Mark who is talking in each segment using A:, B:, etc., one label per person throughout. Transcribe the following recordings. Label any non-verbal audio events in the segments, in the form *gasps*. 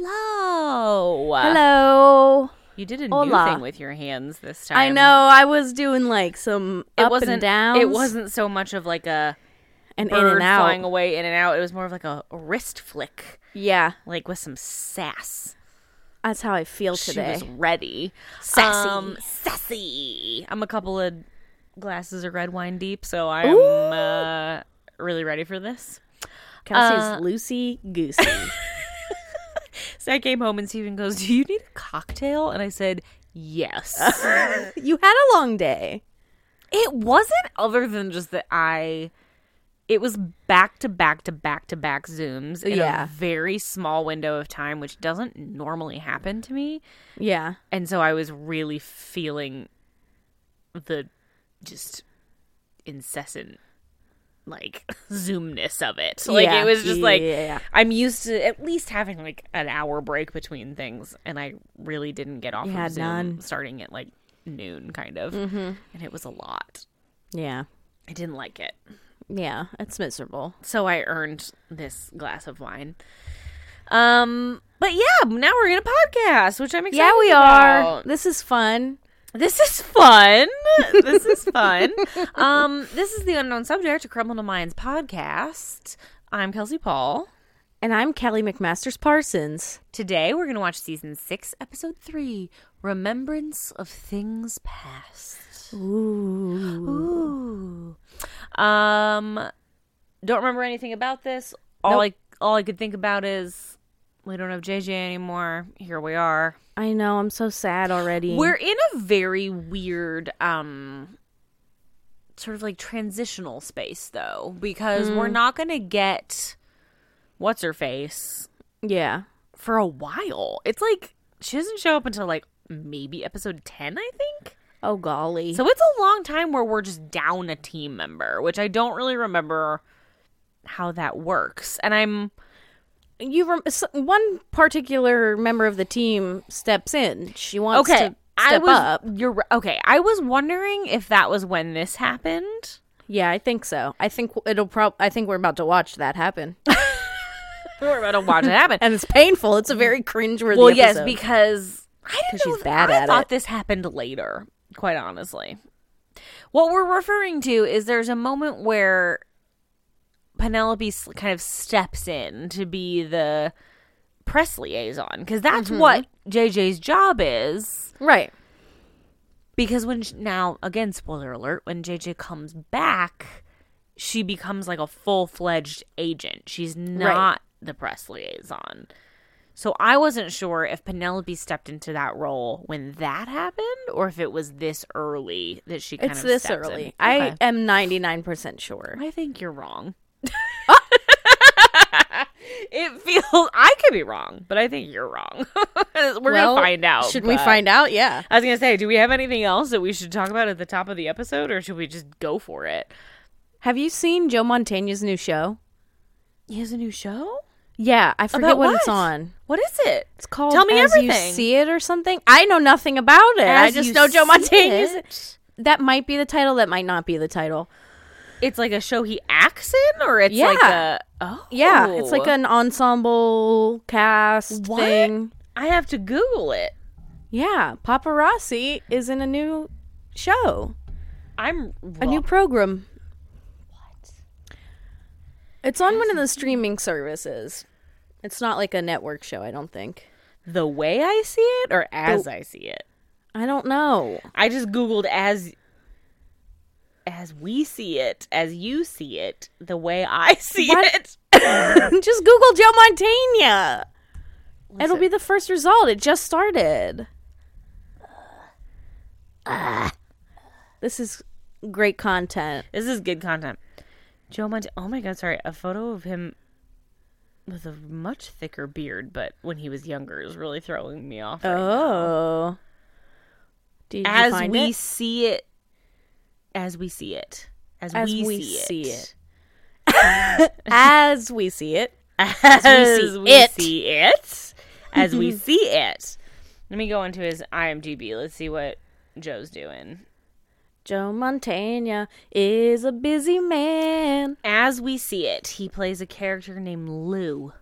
A: Hello.
B: Hello.
A: You did a
B: Hola.
A: new thing with your hands this time.
B: I know I was doing like some
A: It
B: up
A: wasn't
B: and downs.
A: It wasn't so much of like a
B: an
A: bird
B: in and out.
A: flying away in and out. It was more of like a wrist flick,
B: Yeah,
A: like with some sass.
B: that's how I feel today.
A: She was ready. Um,
B: Sassy.
A: sassy. I'm a couple of glasses of red wine deep, so I'm uh, really ready for this.
B: Kelsey's Lucy Goosey.
A: So I came home and Steven goes, Do you need a cocktail? And I said, *laughs* Yes.
B: *laughs* you had a long day.
A: It wasn't other than just that I it was back to back to back to back zooms in
B: Yeah.
A: a very small window of time which doesn't normally happen to me
B: Yeah.
A: and so I was really feeling the just incessant like *laughs* zoomness of it like
B: Yeah,
A: it was just like
B: yeah.
A: I'm used to at least having like an hour break between things and I really didn't get off
B: You
A: of
B: had
A: Zoom
B: none. Mm-hmm.
A: starting at like noon kind of and it was a lot
B: Yeah.
A: I didn't like it.
B: Yeah. It's miserable.
A: So I earned this glass of wine. Um but yeah, now we're in a podcast, which I'm excited
B: yeah, we are.
A: about.
B: This is fun.
A: This is fun. *laughs* this is fun. Um this is the unknown subject, a Criminal Minds podcast. I'm Kelsey Paul.
B: And I'm Kelly McMasters Parsons.
A: Today we're going to watch season 6, episode 3, Remembrance of Things Past.
B: Ooh.
A: Ooh. Um don't remember anything about this. All I all I could think about is we don't have JJ anymore. Here we are.
B: I know. I'm so sad already.
A: We're in a very weird um sort of like transitional space though because we're not going to get what's her face
B: yeah.
A: for a while. It's like she doesn't show up until like maybe episode 10, I think.
B: Oh, golly.
A: So it's a long time where we're just down a team member, which I don't really remember how that works. And I'm
B: you rem- s- one particular member of the team steps in. She wants
A: okay.
B: to step
A: I was
B: up.
A: you're ri- okay. I was wondering if that was when this happened.
B: Yeah, I think so. I think it'll prob I think we're about to watch that happen. *laughs*
A: We're about to watch it happen.
B: and it's painful. It's a very cringeworthy
A: well, yes,
B: episode.
A: because I didn't
B: 'Cause
A: know
B: she's
A: th-
B: bad
A: I
B: at
A: thought
B: it.
A: this happened later. Quite honestly, what we're referring to is there's a moment where Penelope s- kind of steps in to be the press liaison because that's
B: Mm-hmm.
A: what JJ's job is.
B: right.
A: because when sh now again spoiler alert when jj comes back she becomes like a full-fledged agent she's not the press liaison so i wasn't sure if penelope stepped into that role when that happened or if it was this early that she kind
B: It's
A: of
B: this
A: steps in.
B: early.
A: Okay.
B: I am 99% sure.
A: I think you're wrong *laughs* it feels i could be wrong but i think you're wrong *laughs* we're
B: Well,
A: gonna find out
B: Should we
A: but-
B: find out? Yeah.
A: I was gonna say, do we have anything else that we should talk about at the top of the episode, or should we just go for it?
B: Have you seen Joe Montana's new show?
A: He has a new show.
B: Yeah, I forget
A: About
B: what, it's
A: what?
B: on.
A: What is it?
B: It's called
A: Tell me
B: As
A: everything.
B: You See It or something. I know nothing about it. I
A: As
B: just
A: You
B: know Joe
A: See
B: Montana's.
A: It?
B: *laughs* That might be the title, that might not be the title.
A: It's like a show he acts in, or it's like
B: Yeah.
A: a oh
B: Yeah, it's like an ensemble cast
A: What?
B: thing.
A: I have to Google it.
B: Yeah, Paparazzi is in a new show,
A: I'm
B: a new program. What? It's on one of the streaming services. It's not like a network show, I don't think.
A: the way I see it, or as I see it.
B: I don't know.
A: I just googled as as we see it, as you see it, the way I *laughs* see
B: What? *laughs*
A: it.
B: Just Google Joe Montana. It'll
A: Listen.
B: be the first result. It just started. This is great content.
A: This is good content. Joe Mont. Oh my god, sorry. A photo of him with a much thicker beard, but when he was younger, is really throwing me off. right now.
B: Oh. Did you
A: as
B: find
A: we
B: it? *laughs*
A: see it, as we see it, as,
B: As
A: we,
B: we
A: see,
B: see
A: it,
B: it. as we see it.
A: as,
B: we see
A: we
B: it.
A: see it,
B: *laughs*
A: as we see it. Let me go into his IMDb. Let's see what Joe's doing.
B: Joe Montana is a busy man.
A: As we see it, he plays a character named Lou.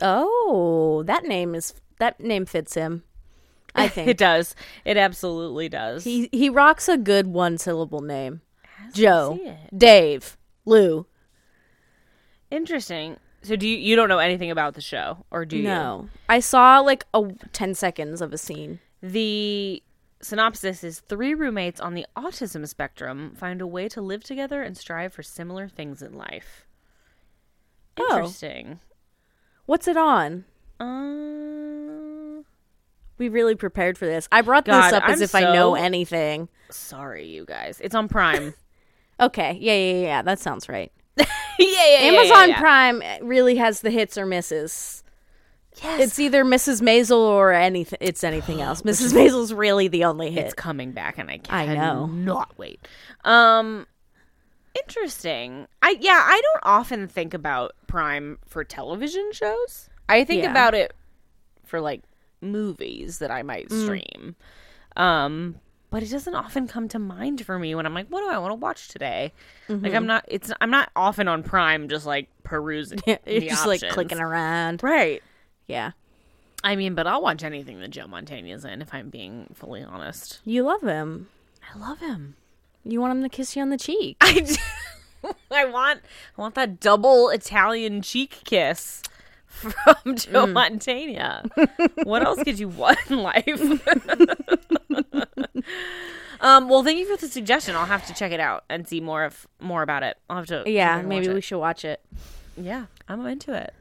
B: Oh, that name is that name fits him.
A: *laughs*
B: I
A: It
B: think
A: does. It absolutely does.
B: he he rocks a good one syllable name.
A: see
B: Joe,
A: it.
B: Dave, Lou.
A: Interesting. So do you you don't know anything about the show or do you?
B: No, I saw like a 10 seconds of a scene.
A: The synopsis is three roommates on the autism spectrum find a way to live together and strive for similar things in life.
B: Oh.
A: Interesting.
B: What's it on?
A: Um,
B: We really prepared for this. I brought
A: God,
B: this up as
A: I'm
B: if I know
A: so-
B: anything.
A: sorry, you guys. It's on Prime.
B: Okay, yeah, yeah, yeah. That sounds right.
A: *laughs* yeah, yeah, yeah,
B: Amazon
A: yeah, yeah.
B: Prime really has the hits or misses. Yes. It's either Mrs. Maisel or anything. It's anything else. Mrs. Maisel's really the only
A: It's
B: hit.
A: coming back, and I
B: I know.
A: cannot wait. Um, interesting. I yeah, I don't often think about Prime for television shows. I think
B: Yeah.
A: about it for like movies that I might
B: Mm.
A: stream. Um, but it doesn't often come to mind for me when I'm like, what do I want to watch today? Like
B: Mm-hmm.
A: I'm not. It's I'm not often on Prime just like
B: *laughs*
A: perusing.
B: *laughs* You're
A: the
B: just like
A: options.
B: clicking around.
A: right.
B: Yeah.
A: I mean, but I'll watch anything that Joe Montana's in if I'm being fully honest.
B: You love him.
A: I love him.
B: You want him to kiss you on the cheek.
A: *laughs* I do- I want I want that double Italian cheek kiss from
B: Mm.
A: Joe Montana. what else could you want in life? *laughs* um, well, thank you for the suggestion. I'll have to check it out and see more of more about it. I'll have to
B: Yeah,
A: I'm gonna
B: maybe
A: watch
B: we
A: it.
B: should watch it.
A: yeah, I'm into it.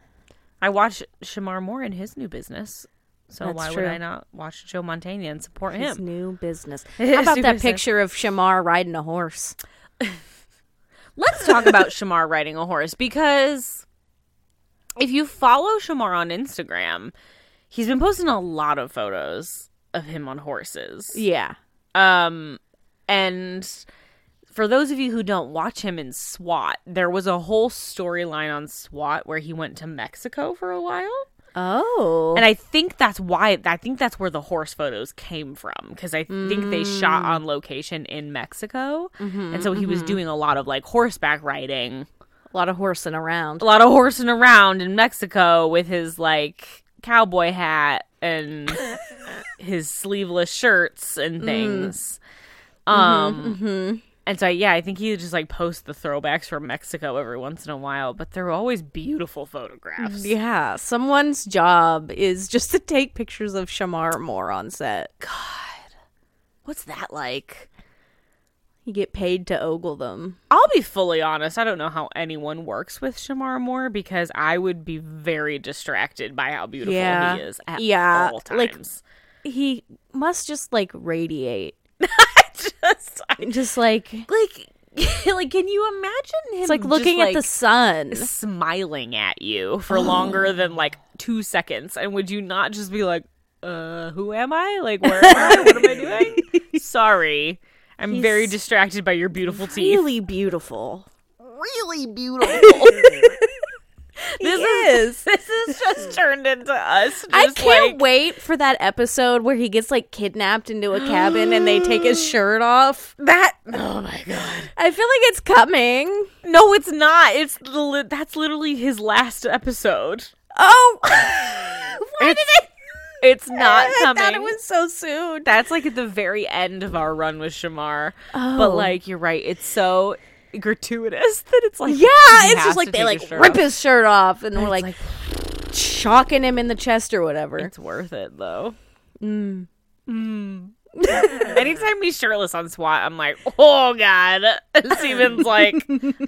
A: I watch Shamar Moore in his new business. So
B: That's
A: why
B: true.
A: would I not watch Joe Montana and support
B: His
A: him?
B: new
A: *laughs*
B: business.
A: His
B: How about
A: new
B: that
A: business.
B: picture of Shamar riding a horse?
A: Let's talk about Shamar riding a horse because if you follow Shamar on Instagram, he's been posting a lot of photos of him on horses.
B: Yeah.
A: Um and for those of you who don't watch him in SWAT, there was a whole storyline on SWAT where he went to Mexico for a while.
B: Oh.
A: And I think that's why I think that's where the horse photos came from cuz I think they shot on location in Mexico. and so he was doing a lot of like horseback riding
B: a lot of horsing around.
A: a lot of horsing around in Mexico with his like cowboy hat
B: *laughs*
A: and his sleeveless shirts
B: Mm.
A: and things.
B: Mm-hmm,
A: Um and so yeah, I think he just like posts the throwbacks from Mexico every once in a while, but they're always beautiful photographs.
B: Mm, Yeah. Someone's job is just to take pictures of Shamar Moore on set.
A: What's that like?
B: You get paid to ogle them.
A: I'll be fully honest, I don't know how anyone works with Shamar Moore because I would be very distracted by how beautiful
B: Yeah.
A: he is at
B: Yeah,
A: all
B: like- *laughs*
A: times. *laughs*
B: He must just like radiate.
A: just I
B: Just like
A: like *laughs* like can you imagine him
B: it's *laughs* like
A: just,
B: looking at the
A: like,
B: sun.
A: smiling at *gasps* you for longer than like two seconds and would you not just be like uh who am i like where am i what am i *laughs* doing sorry i'm very
B: He's
A: distracted by your beautiful teeth
B: Really beautiful.
A: really beautiful
B: This is.
A: *laughs* *laughs* this is just turned into us just
B: I can't
A: like
B: wait for that episode where he gets like kidnapped into a cabin and they take *gasps* his shirt off.
A: that *laughs* oh my god
B: I feel like it's coming.
A: no it's not it's li- that's literally his last episode
B: Oh, *laughs* why did it?
A: *laughs* it's *laughs* not coming
B: *laughs* I thought it was so soon.
A: that's like at the very end of our run with Shamar.
B: Oh.
A: But like you're right, it's so gratuitous *laughs* that it's like
B: Yeah,
A: he
B: it's
A: has
B: just
A: to
B: like they
A: take
B: like
A: shirt
B: rip
A: off.
B: his shirt off and we're
A: It's
B: like, shocking him in the chest or whatever.
A: it's worth it though. Mm. *laughs* Anytime he's shirtless on SWAT, I'm like, oh god. *laughs*
B: *laughs*
A: Steven's like,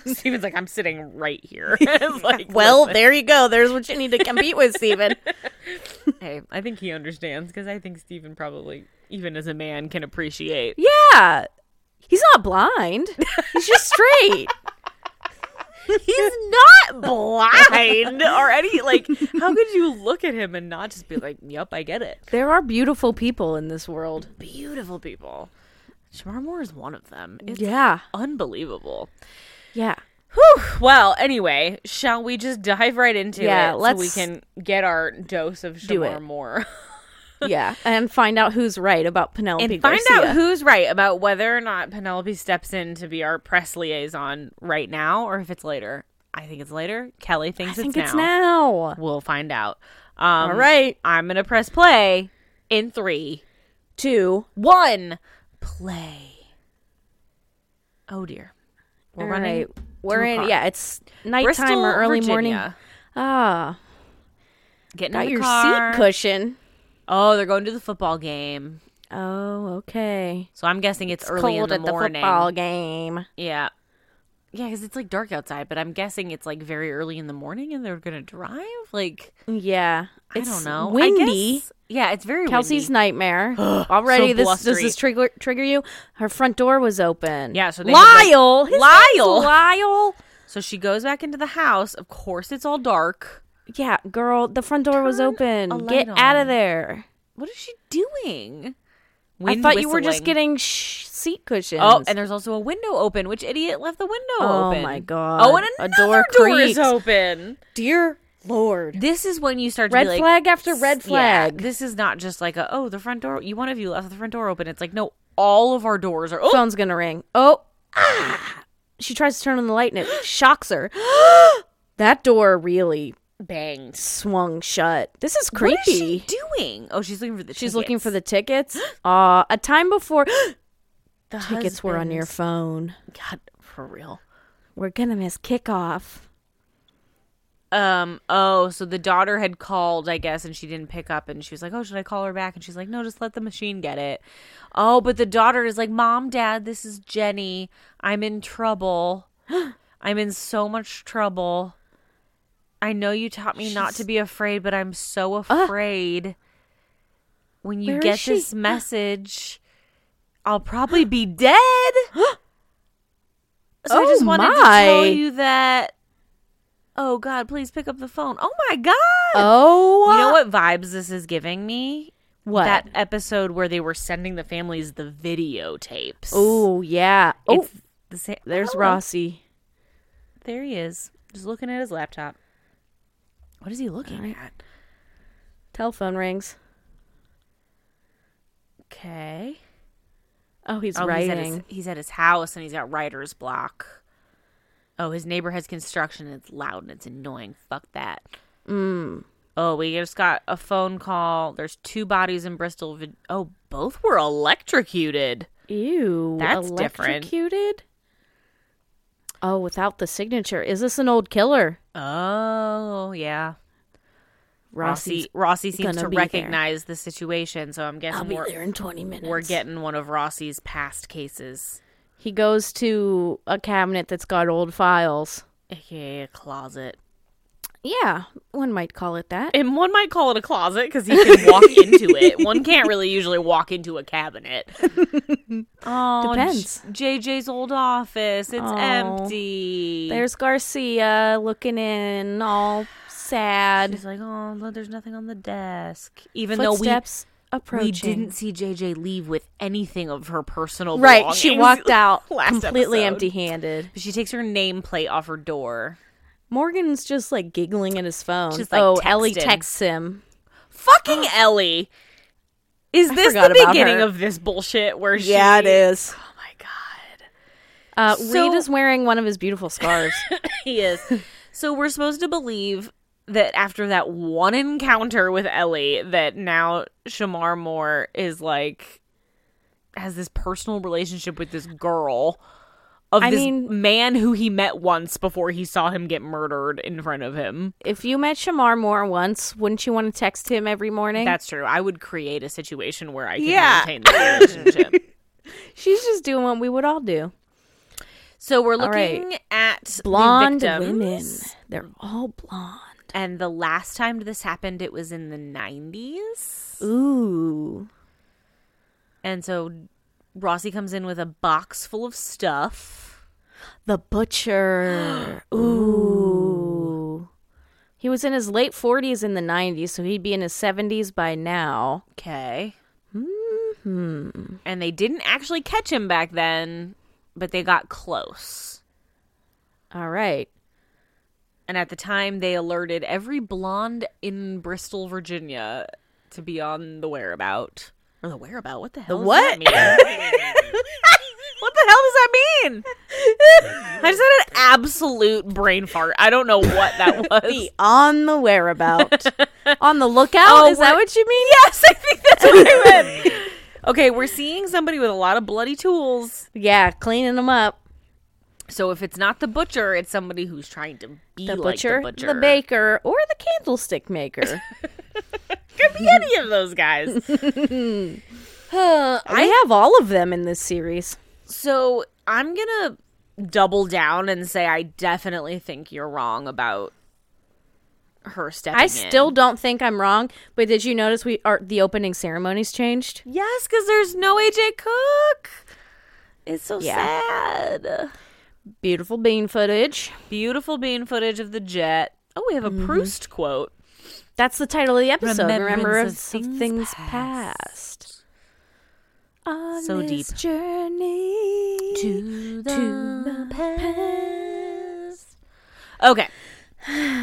A: Steven's like, I'm sitting right here. *laughs* It's like,
B: *laughs* Well,
A: listen.
B: there you go. There's what you need to compete with, *laughs* Steven.
A: hey, I think he understands because I think Steven probably, even as a man, can appreciate *laughs*
B: Yeah. He's not blind. He's just straight.
A: He's not blind *laughs* or any like. How could you look at him and not just be like, "Yep, I get it."
B: There are beautiful people in this world.
A: Beautiful people. Shamar Moore is one of them. It's
B: Yeah.
A: unbelievable.
B: Yeah.
A: Whew. Well, anyway, shall we just dive right into
B: Yeah,
A: it
B: let's
A: so we can get our dose of Shamar
B: it.
A: Moore
B: Yeah. And find out who's right about Penelope
A: *laughs* and find
B: Garcia.
A: out who's right about whether or not Penelope steps in to be our press liaison right now or if it's later. I think it's later. Kelly thinks
B: I think
A: it's,
B: it's
A: now.
B: now.
A: We'll find out. Um,
B: All right.
A: I'm gonna press play in three,
B: Two.
A: one, play. Oh dear, we're
B: All
A: running.
B: right. We're
A: two
B: in.
A: o'clock.
B: Yeah, it's nighttime
A: Bristol,
B: or early morning.
A: Virginia.
B: Ah,
A: Getting
B: got
A: in the
B: your
A: car.
B: seat cushion.
A: Oh, they're going to the football game.
B: Oh, okay.
A: So I'm guessing it's, early in
B: Cold
A: the
B: at the
A: morning.
B: football game.
A: Yeah. Yeah, because it's like dark outside, but I'm guessing it's like very early in the morning and they're going to drive. Like,
B: Yeah, it's
A: I don't know. I
B: Windy.
A: guess- yeah, it's very
B: Kelsey's
A: windy. *gasps*
B: nightmare. Already,
A: So
B: this does
A: blustery.
B: this trigger trigger you? Her front door was open.
A: Yeah, so they had, like-
B: Lyle, His name's
A: Lyle!
B: Lyle.
A: So she goes back into the house. Of course, it's all dark.
B: Yeah, girl, the front door was
A: Turn a
B: open.
A: light
B: Get out
A: on.
B: of there.
A: What is she doing?
B: I
A: Wind
B: thought you were just
A: whistling.
B: getting sh- seat cushions.
A: Oh, and there's also a window open. Which idiot left the window
B: Oh
A: open?
B: my God.
A: Oh, and
B: A
A: another
B: door
A: door, is
B: creaked.
A: open.
B: dear lord,
A: This is when you start to
B: red
A: be like,
B: flag after red
A: Yeah,
B: flag.
A: this is not just like a oh the front door. You one of you left the front door open. It's like no, all of our doors are. Oh,
B: Phone's gonna ring. Oh, ah. she tries to turn on the light and it shocks
A: *gasps*
B: her. that door really
A: banged.
B: swung shut. This is creepy.
A: What is she doing? Oh, she's looking for the.
B: She's looking for the tickets. Uh, a time
A: *gasps*
B: before
A: the
B: tickets were on your
A: husband's-
B: phone.
A: God for real.
B: We're gonna miss kickoff.
A: Um. Oh, so the daughter had called, I guess, and she didn't pick up, and she was like, "Oh, should I call her back?" And she's like, "No, just let the machine get it." Oh, but the daughter is like, "Mom, Dad, this is Jenny. I'm in trouble. *gasps* I'm in so much trouble. I know you taught me not to be afraid, but I'm so afraid. when
B: Where
A: you
B: is
A: get
B: she?
A: this message, I'll probably
B: *gasps*
A: be dead." So I just
B: Oh,
A: wanted to tell
B: my.
A: you that. Oh God, please pick up the phone. Oh my God.
B: Oh,
A: you know what vibes this is giving me?
B: What?
A: That episode where they were sending the families the videotapes.
B: Oh yeah. Oh,
A: It's the same.
B: there's
A: Oh,
B: Rossi.
A: There he is, just looking at his laptop. What is he looking at?
B: Telephone rings.
A: Okay.
B: Oh, he's
A: Oh, he's at, his,
B: writing.
A: he's at his house and he's got writer's block. Oh, his neighbor has construction and it's loud and it's annoying. Fuck that.
B: Mm.
A: Oh, we just got a phone call. There's two bodies in Bristol. Vid- oh, both were electrocuted.
B: Ew.
A: That's different.
B: electrocuted? Oh, without the signature. Is this an old killer?
A: Oh, yeah.
B: Rossi's
A: Rossi Rossi seems
B: gonna
A: to
B: be there.
A: recognize the situation, so I'm guessing we're,
B: in 20 minutes.
A: we're getting one of Rossi's past cases.
B: He goes to a cabinet that's got old files.
A: AKA a closet.
B: Yeah, one might call it that.
A: And one might call it a closet because he can *laughs* walk into it. One can't really usually walk into a *laughs* cabinet. oh,
B: Depends.
A: J- JJ's old office. It's
B: Oh.
A: empty.
B: There's Garcia looking in, all sad.
A: She's like, oh, look, there's nothing on the desk. Even
B: Footsteps
A: though we, we
B: approaching.
A: didn't see JJ leave with anything of her personal
B: Right, she
A: belongings.
B: walked out
A: Last
B: completely
A: episode.
B: empty-handed.
A: But *laughs* she takes her nameplate off her door.
B: Morgan's just like giggling at his phone.
A: Just, like,
B: oh, Ellie
A: texting.
B: texts him.
A: Fucking Ellie. Is this
B: forgot
A: the
B: about
A: beginning
B: her.
A: of this bullshit where she
B: is.
A: Oh my god.
B: Uh,
A: So-
B: Reed is wearing one of his beautiful *laughs* scarves.
A: he is. So we're supposed to believe that after that one encounter with Ellie, that now Shamar Moore is like has this personal relationship with this girl of
B: I
A: this
B: mean-
A: man who he met once before he saw him get murdered in front of him.
B: if you met Shamar Moore once, wouldn't you want to text him every morning?
A: That's true. I would create a situation where I could
B: Yeah.
A: maintain that relationship.
B: *laughs* She's just doing what we would all do.
A: so we're
B: right.
A: looking at
B: Blonde
A: the victims.
B: women. They're all blonde.
A: and the last time this happened, it was in the nineties.
B: Ooh.
A: And so Rossi comes in with a box full of stuff.
B: The *gasps* Butcher. Ooh. He was in his late 40s in the 90s, so he'd be in his 70s by now.
A: Okay. Hmm. And they didn't actually catch him back then, but they got close.
B: All right.
A: And at the time, they alerted every blonde in Bristol, Virginia, to be on the whereabout or the whereabout. What the hell? does
B: what?
A: that mean? *laughs* what the hell does that mean? I just had an absolute brain fart. I don't know what *laughs* that was.
B: Be on the whereabout. *laughs* on the lookout? Is that
A: we're-
B: what you mean?
A: *laughs* Yes, I think that's what I meant. *laughs* Okay, we're seeing somebody with a lot of bloody tools.
B: Yeah, cleaning them up.
A: So if it's not the butcher, it's somebody who's trying to be
B: The
A: like
B: butcher,
A: the butcher.
B: baker, or the candlestick *laughs* maker.
A: Could be *laughs* any of those guys. *laughs*
B: I have all of them in this series.
A: So I'm gonna double down and say I definitely think you're wrong about her stepping.
B: I
A: in.
B: still don't think I'm wrong, but did you notice we are the opening ceremonies changed?
A: yes, because there's no AJ Cook. It's so
B: Yeah.
A: sad.
B: Beautiful bean footage.
A: Beautiful bean footage of the jet. Oh, we have a Proust quote.
B: That's the title of the episode.
A: Remembrance
B: Remembrance
A: of
B: of things,
A: things
B: past. On
A: So
B: this
A: deep.
B: journey
A: To
B: the
A: past. Okay.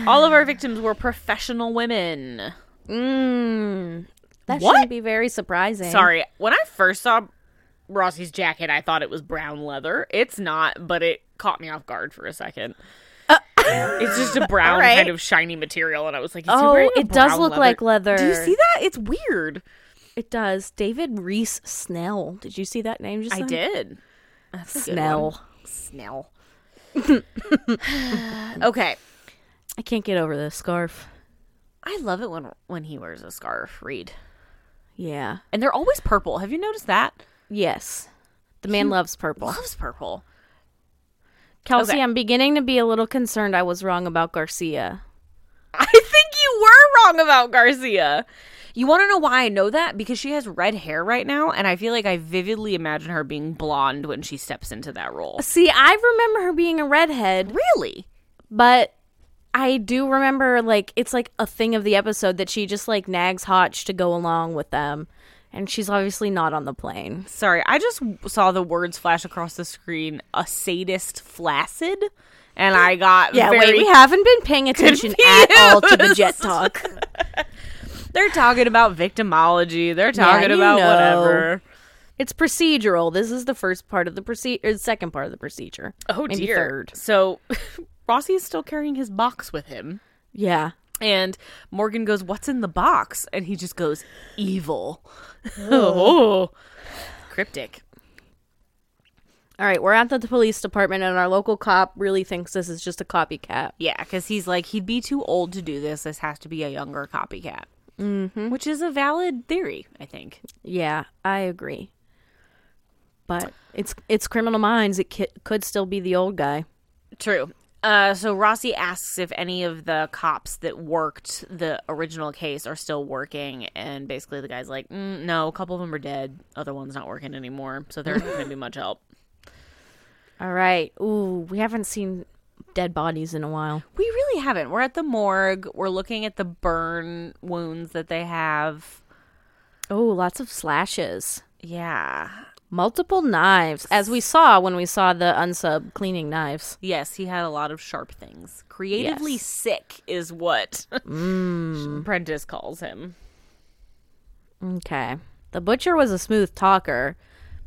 A: All of our victims were professional women.
B: Mm. That
A: What?
B: shouldn't be very surprising.
A: Sorry, when I first saw Rossi's jacket, I thought it was brown leather. It's not, but it caught me off guard for a second. it's just a brown
B: Uh, All right.
A: kind of shiny material, and I was like, Is he
B: Oh,
A: wearing a
B: it does
A: brown
B: look like leather.
A: Do you see that? It's weird.
B: It does. David Reese Snell. Did you see that name just
A: I
B: now?
A: did. That's a good one.
B: Snell.
A: *laughs*
B: *sighs*
A: Snell. okay.
B: I can't get over this scarf.
A: I love it when when he wears a scarf, Reed.
B: Yeah.
A: And they're always purple. Have you noticed that?
B: Yes. The man loves purple.
A: Loves purple.
B: Kelsey,
A: Okay.
B: I'm beginning to be a little concerned I was wrong about Garcia.
A: I think you were wrong about Garcia. You want to know why I know that? Because she has red hair right now, and I feel like I vividly imagine her being blonde when she steps into that role.
B: See, I remember her being a redhead,
A: Really?
B: but I do remember like it's like a thing of the episode that she just like nags Hotch to go along with them. And she's obviously not on the plane.
A: Sorry, I just saw the words flash across the screen a sadist flaccid, and I got
B: Yeah,
A: very
B: wait, we *laughs* haven't been paying attention at all to the jet
A: confused.
B: talk.
A: They're talking about victimology. They're talking
B: you
A: about
B: know.
A: whatever.
B: It's procedural. This is the first part of the procedure, or the second part of the procedure.
A: Oh
B: Maybe
A: dear.
B: Third.
A: So *laughs* Rossi is still carrying his box with him.
B: Yeah.
A: And Morgan goes, "What's in the box?" And he just goes, "Evil." oh, *laughs* cryptic.
B: All right, we're at the police department, and our local cop really thinks this is just a copycat.
A: Yeah, because he's like, he'd be too old to do this. This has to be a younger copycat, mm-hmm. which is a valid theory, I think.
B: Yeah, I agree. But it's it's Criminal Minds. It ki- could still be the old guy.
A: True. Uh, so Rossi asks if any of the cops that worked the original case are still working, and basically the guy's like, mm, "No, a couple of them are dead. Other one's not working anymore, so there's not going to be much help."
B: All right. Ooh, we haven't seen dead bodies in a while.
A: We really haven't. We're at the morgue. We're looking at the burn wounds that they have.
B: Oh, lots of slashes,
A: Yeah.
B: multiple knives, as we saw when we saw the unsub cleaning knives.
A: Yes, he had a lot of sharp things. Creatively
B: Yes. Mm.
A: sick is what *laughs* Prentice calls him.
B: Okay. The butcher was a smooth talker,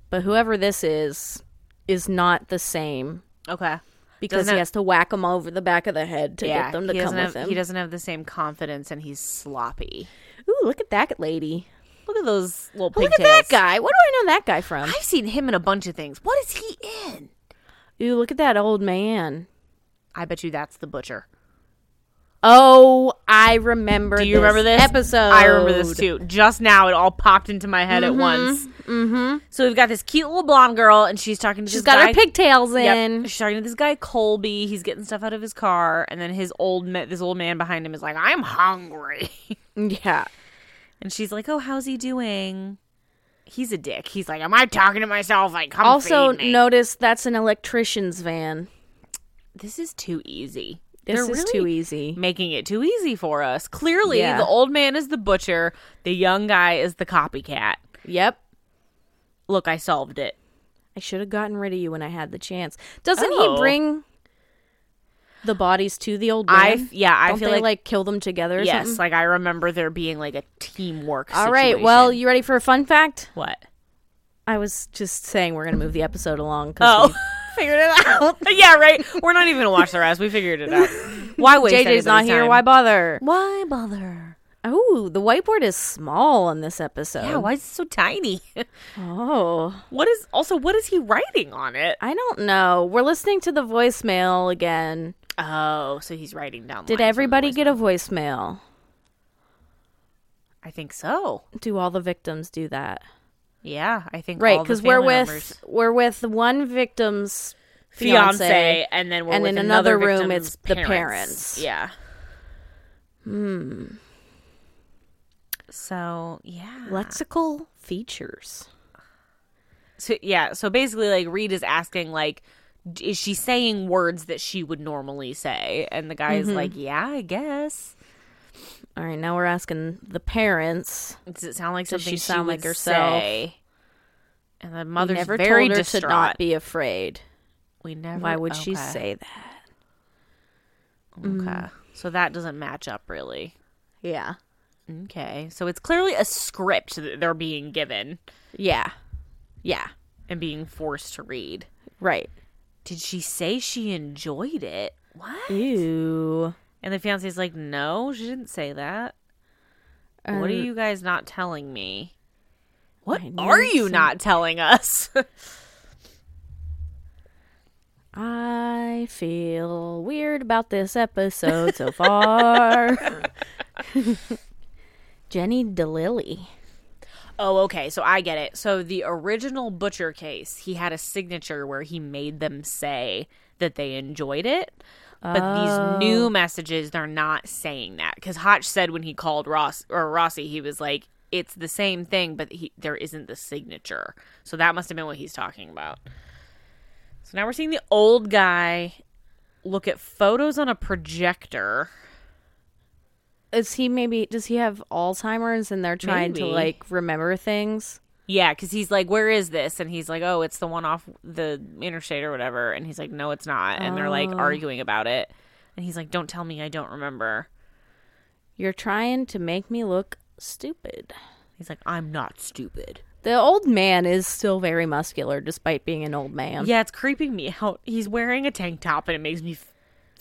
B: but whoever this is is not the same
A: Okay.
B: because
A: Doesn't
B: he
A: have-
B: has to whack them over the back of the head to get them to
A: he
B: come
A: doesn't
B: with
A: have,
B: him.
A: He doesn't have the same confidence and he's sloppy.
B: Ooh, look at that lady.
A: Look at those little
B: Look
A: pigtails.
B: at that guy. What do I know that guy from?
A: I've seen him in a bunch of things. What is he in?
B: Ooh, look at that old man.
A: I bet you that's the butcher.
B: Oh, I remember.
A: Do you remember this
B: episode?
A: I remember this too. Just now, it all popped into my head at once. Mm-hmm. So we've got this cute little blonde girl, and she's talking to
B: She's
A: this
B: got
A: guy.
B: her pigtails in.
A: Yep. *laughs* She's talking to this guy Colby. He's getting stuff out of his car, and then his old ma- this old man behind him is like, "I'm hungry," *laughs*
B: Yeah.
A: and she's like, "Oh, how's he doing?" He's a dick. He's like, am I talking to myself? Like, come
B: Also,
A: feed me."
B: notice that's an electrician's van.
A: This is too easy.
B: This
A: They're
B: is
A: really
B: too easy.
A: Making it too easy for us. Clearly,
B: Yeah.
A: the old man is the butcher. The young guy is the copycat.
B: Yep.
A: Look, I solved it.
B: I should have gotten rid of you when I had the chance. Doesn't
A: Oh.
B: he bring the bodies to the old man?
A: I f- yeah, I
B: Don't
A: feel
B: they,
A: like,
B: like, kill them together or
A: yes,
B: something?
A: like I remember there being like a teamwork.
B: All right. Well,
A: situation.
B: you ready for a fun fact?
A: what?
B: I was just saying we're going to move the episode along. 'cause
A: Oh, *laughs* figured it out. *laughs* yeah, right. We're not even gonna watch the rest. We figured it out. Why
B: we-
A: *laughs* waste?
B: JJ's not
A: anybody's
B: here.
A: time?
B: Why bother?
A: Why bother?
B: Oh, the whiteboard is small on this episode.
A: Yeah, why is it so tiny? *laughs*
B: Oh,
A: Um, what is also what is he writing on it?
B: I don't know. We're listening to the voicemail again.
A: Oh, so he's writing down.
B: Did
A: lines on the
B: everybody
A: voice-
B: get a voicemail?
A: I think so.
B: Do all the victims do that?
A: Yeah, I think
B: Right, because
A: because
B: we're with we're with one victim's
A: fiance,
B: fiance.
A: and then we're
B: and
A: with
B: in
A: another,
B: another room,
A: victim's
B: it's the parents.
A: Yeah. Hmm. So yeah.
B: Lexical features.
A: So yeah, so basically like Reed is asking like d- is she saying words that she would normally say? And the guy is
B: Mm-hmm.
A: like, "Yeah, I guess."
B: All right, now we're asking the parents.
A: Does it sound like
B: Does
A: something
B: she
A: she,
B: sound
A: would
B: like herself?
A: say? And the mother's
B: Never
A: very
B: told her
A: distraught.
B: to not be afraid.
A: we never.
B: Why would she
A: okay,
B: say Mm-hmm. that?
A: Okay, so that doesn't match up really.
B: Yeah,
A: Okay, so it's clearly a script that they're being given
B: yeah, yeah.
A: and being forced to read.
B: Right.
A: Did she say she enjoyed it? What?
B: Ew.
A: And the fiance's like, "No, she didn't say that." What are
B: Um,
A: you guys not telling me? What
B: I
A: are
B: need
A: you
B: some-
A: not telling us? *laughs*
B: I feel weird about this episode so far. Jenny DeLilly.
A: oh, okay. So I get it. So the original Butcher case, he had a signature where he made them say that they enjoyed it. But these new messages, they're not saying that. Because Hotch said when he called Ross or Rossi, he was like, it's the same thing, but he, there isn't the signature. So that must have been what he's talking about. So now we're seeing the old guy look at photos on a projector.
B: Is he maybe does he have Alzheimer's and they're trying to
A: Maybe.
B: like remember things?
A: Yeah, because he's like, "Where is this?" And he's like, "Oh, it's the one off the interstate or whatever." And he's like, "No, it's not." And they're like arguing about it. And he's like, "Don't tell me I don't remember."
B: You're trying to make me look stupid.
A: He's like, "I'm not stupid."
B: The old man is still very muscular despite being an old man.
A: Yeah, it's creeping me out. He's wearing a tank top, and it makes me f-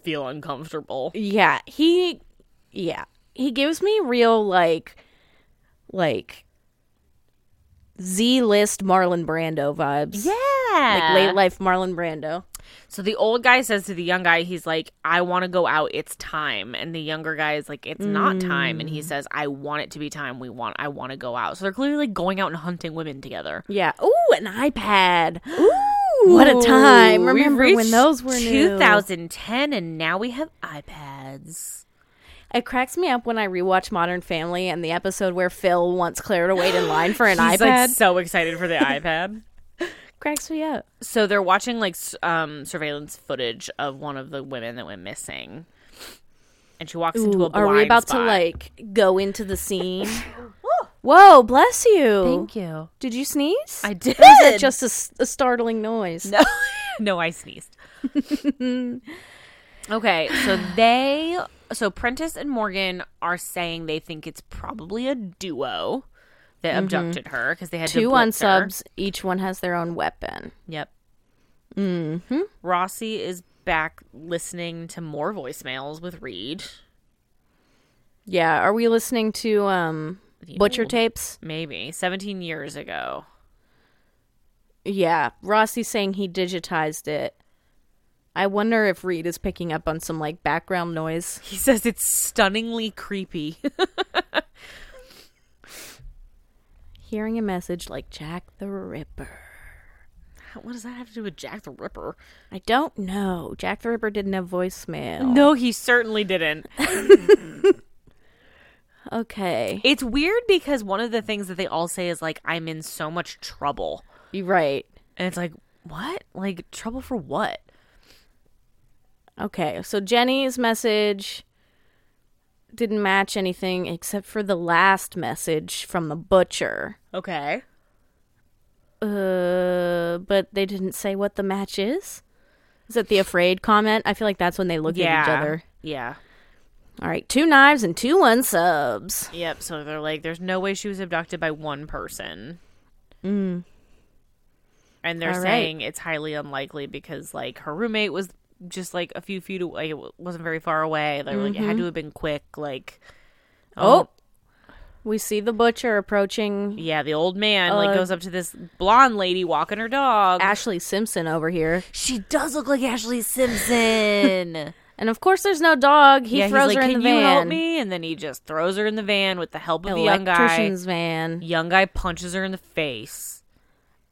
A: feel uncomfortable.
B: Yeah, he yeah. He gives me real like like Z list Marlon Brando vibes. Like late life Marlon Brando.
A: So the old guy says to the young guy, he's like, I want to go out. It's time. And the younger guy is like, it's not time. And he says, I want it to be time. We want, I want to go out. So they're clearly like going out and hunting women together.
B: Yeah. Ooh, an iPad. Ooh. What a time.
A: Ooh, we've
B: Remember when
A: reached
B: those were new.
A: 2010, and now we have iPads.
B: It cracks me up when I rewatch Modern Family and the episode where Phil wants Claire to wait in line *gasps* for an
A: He's
B: iPad.
A: like so excited for the iPad.
B: cracks me up.
A: *laughs* So they're watching like s- um, surveillance footage of one of the women that went missing, and she walks into a.
B: Are
A: Blind
B: we about to
A: spot.
B: like go into the *laughs* scene? Whoa, bless you.
A: Thank you.
B: Did you sneeze? *laughs*
A: I did.
B: Or was that just a s- a, startling noise?
A: No, no,
B: *laughs*
A: I sneezed. okay, so they, so Prentice and Morgan are saying they think it's probably a duo that abducted her because they had
B: Mm-hmm. Two
A: to blitz her.
B: unsubs, each one has their own weapon.
A: Yep. Mm-hmm. Rossi is back listening to more voicemails with Reed.
B: Yeah, are we listening to um butcher
A: old-
B: tapes?
A: Maybe seventeen years ago.
B: Yeah, Rossi's saying he digitized it. I wonder if Reed is picking up on some like background noise.
A: He says it's stunningly creepy. *laughs*
B: Hearing a message like Jack the Ripper.
A: what does that have to do with Jack the Ripper?
B: I don't know. Jack the Oh. Ripper didn't have voicemail.
A: No, he certainly didn't.
B: okay.
A: It's weird because one of the things that they all say is like, I'm in so much trouble.
B: You're right.
A: And it's like, what? Like, trouble for what?
B: Okay, so Jenny's message didn't match anything except for the last message from the butcher.
A: Okay.
B: Uh, but they didn't say what the match is. Is it the afraid comment? I feel like that's when they look at each other.
A: Yeah.
B: All right, two knives and two unsubs.
A: Yep. So they're like, there's no way she was abducted by one person.
B: Mm.
A: And they're
B: All right.
A: saying it's highly unlikely because, like, her roommate was just like a few feet away, It wa- wasn't very far away. They were like, it
B: Mm-hmm.
A: had to have been quick. Like,
B: Oh. We see the butcher approaching
A: yeah, the old man, like,
B: Uh,
A: goes up to this blonde lady walking her dog.
B: Ashley Simpson over here.
A: she does look like Ashley *laughs* Simpson.
B: And of course, there's no dog. He
A: yeah,
B: throws
A: he's like,
B: her
A: Can
B: in the
A: you
B: van.
A: help me? And then he just throws her in the van with the help of the young guy.
B: Electrician's van.
A: Young guy punches her in the face.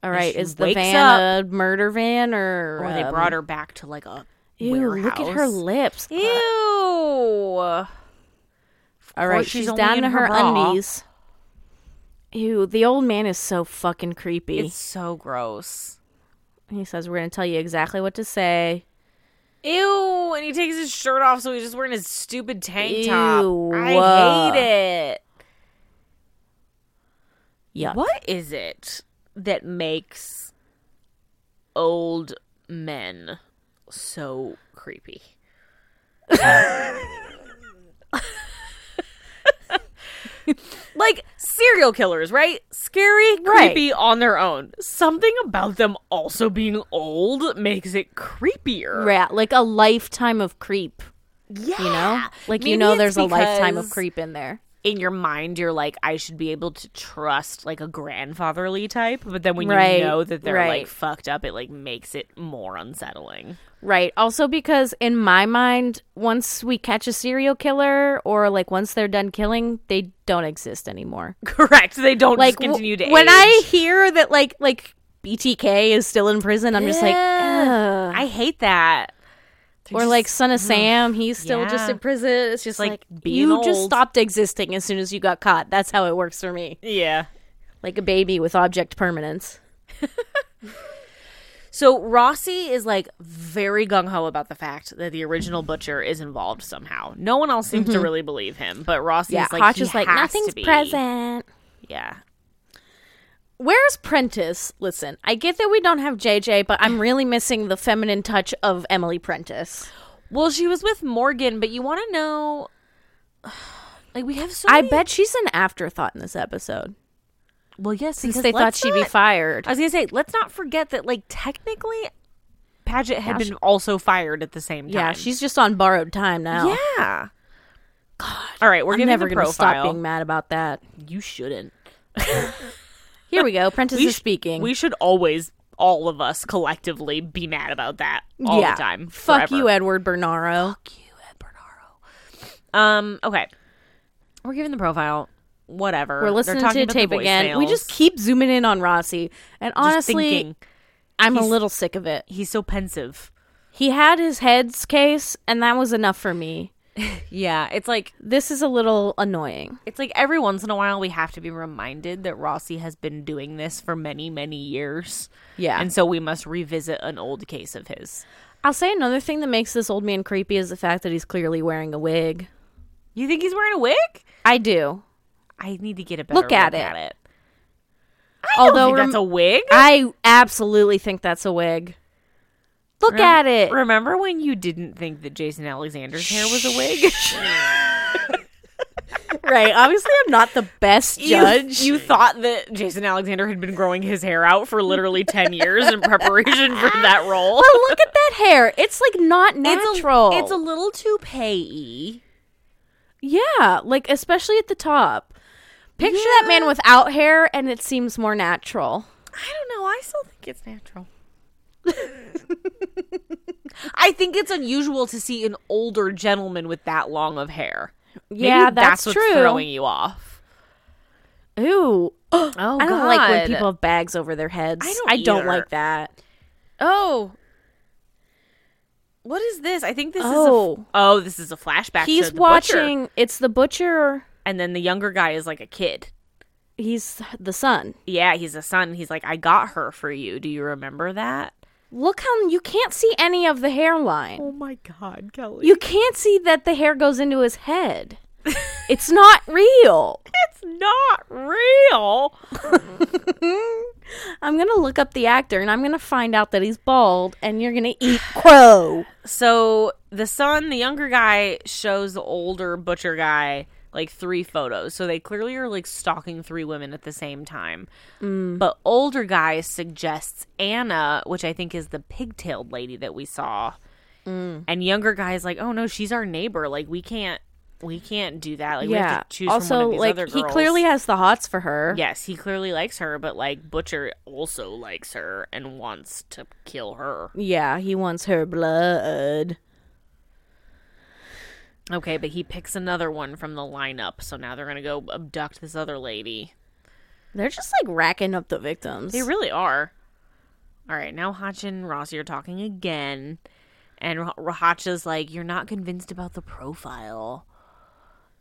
B: All right,
A: she
B: is the
A: wakes
B: van
A: up.
B: a murder van or?
A: Or they
B: um,
A: brought her back to like a
B: Ew,
A: warehouse.
B: look at her lips.
A: Ew.
B: All right,
A: course she's
B: she's,
A: only
B: down
A: in
B: to
A: her
B: her,
A: bra.
B: undies. Ew, the old man is so fucking creepy.
A: It's so gross.
B: He says, "We're gonna tell you exactly what to say."
A: Ew, and he takes his shirt off, so he's just wearing his stupid tank
B: Ew.
A: top. I hate it.
B: Yuck.
A: What is it that makes old men so creepy? like serial killers, right? Scary,
B: Right.
A: creepy on their own. Something about them also being old makes it creepier.
B: Rat, like a lifetime of creep.
A: Yeah.
B: You know, like
A: Maybe
B: you know,
A: it's
B: there's a lifetime of
A: because
B: creep in there.
A: in your mind you're like i should be able to trust like a grandfatherly type but then when
B: Right,
A: you know that they're like
B: right.
A: fucked up it like makes it more unsettling *laughs*
B: Right. Also, because in my mind, once we catch a serial killer or like once they're done killing, they don't exist anymore.
A: correct they don't
B: Like
A: just continue to
B: w- when
A: age.
B: I hear that, like like BTK is still in prison, I'm just like,
A: Yeah.
B: Ugh.
A: i hate that They're
B: or
A: just-
B: like Son of Sam, he's still just
A: Yeah.
B: in prison. It's just
A: like
B: like,
A: being
B: you just
A: old.
B: stopped existing as soon as you got caught. That's how it works for me.
A: yeah
B: Like a baby with object permanence.
A: so rossi is like very gung-ho about the fact that the original butcher is involved somehow no one else seems to really believe him but rossi
B: Yeah,
A: is like,
B: Hotch
A: he
B: is like
A: has to
B: nothing's
A: be."
B: present.
A: yeah
B: Where's Prentice? Listen, I get that we don't have JJ, but I'm really missing the feminine touch of Emily Prentice.
A: Well, she was with Morgan, but you want to know, *sighs* like we have so.
B: I
A: many-
B: bet she's an afterthought in this episode
A: Well, yes,
B: since
A: because
B: they thought
A: let's
B: she'd be
A: not-
B: fired.
A: I was gonna say, let's not forget that, like technically, Paget had
B: Now
A: been
B: she-
A: also fired at the same time.
B: Yeah, she's just on borrowed time now.
A: yeah. God. All right, we're
B: I'm
A: giving
B: never
A: the
B: going to stop
A: profile.
B: being mad about that.
A: you shouldn't.
B: Here we go. Prentice
A: *laughs* We
B: is
A: sh-
B: speaking.
A: We should always, all of us collectively, be mad about that all the time.
B: Fuck
A: forever.
B: you, Edward Bernardo.
A: Um. Okay. We're giving the profile. Whatever.
B: We're
A: They're
B: listening
A: talking
B: to
A: about the
B: tape again. We just
A: voicemails.
B: keep zooming in on Rossi. And
A: Just
B: honestly,
A: thinking.
B: I'm a
A: He's-
B: little sick of it.
A: he's so pensive.
B: He had his heads case, and that was enough for me.
A: Yeah, it's like
B: This is a little annoying.
A: it's like every once in a while we have to be reminded that Rossi has been doing this for many, many years.
B: Yeah.
A: And so we must revisit an old case of his.
B: I'll say another thing that makes this old man creepy is the fact that he's clearly wearing a wig.
A: You think he's wearing a wig?
B: I do.
A: I need to get a better look,
B: Look at it.
A: at it.
B: Although
A: Although that's a wig.
B: I absolutely think that's a wig. Look at
A: *laughs*
B: it.
A: Remember when you didn't think that Jason Alexander's hair was a wig? *laughs*
B: right. Obviously, I'm not the best *laughs* judge.
A: You, you thought that Jason Alexander had been growing his hair out for literally 10 years in preparation *laughs* for that role.
B: but look at that hair. It's like not natural.
A: It's a, it's a little too payy.
B: yeah, like especially at the top. Picture that man without hair, and it seems more natural.
A: I don't know. I still think it's natural. *laughs* I think it's unusual to see an older gentleman with that long of hair. Maybe
B: Yeah, that's
A: what's
B: true.
A: throwing you *gasps* off.
B: Ooh, oh, I don't like when
A: God.
B: people have bags over their heads.
A: I
B: I
A: don't
B: don't,
A: either.
B: like that.
A: Oh. What is this? I think this
B: Oh.
A: is a Oh, this is a flashback
B: He's
A: to the butcher.
B: watching. It's the butcher.
A: I and then the younger guy is like a kid.
B: He's the son.
A: Yeah, he's a son. He's like, I got her for you. Do you remember that?
B: Look how you can't see any of the hairline.
A: Oh my god, Kelly.
B: You can't see that the hair goes into his
A: *laughs*
B: head. it's not real.
A: It's not real.
B: I'm going to look up the actor and I'm going to find out that he's bald and you're going to
A: *sighs*
B: eat crow.
A: So the son, the younger guy, shows the older butcher guy like three photos. So they clearly are like stalking three women at the same time.
B: Mm.
A: But older guy suggests Anna, which I think is the pigtailed lady that we saw.
B: Mm.
A: And younger guy's like, oh no, she's our neighbor. Like we can't, we can't do that. Like we have to choose from one
B: Also,
A: of these
B: like
A: other girls.
B: he clearly has the hots for her.
A: Yes, he clearly likes her, but like Butcher also likes her and wants to kill her.
B: Yeah, he wants her blood.
A: Okay, but he picks another one from the lineup, so now they're gonna go abduct this other lady.
B: They're just like racking up the victims.
A: They really are. All right, now Hotch and Rossi are talking again, and H- Hotch is like, "You're not convinced about the profile."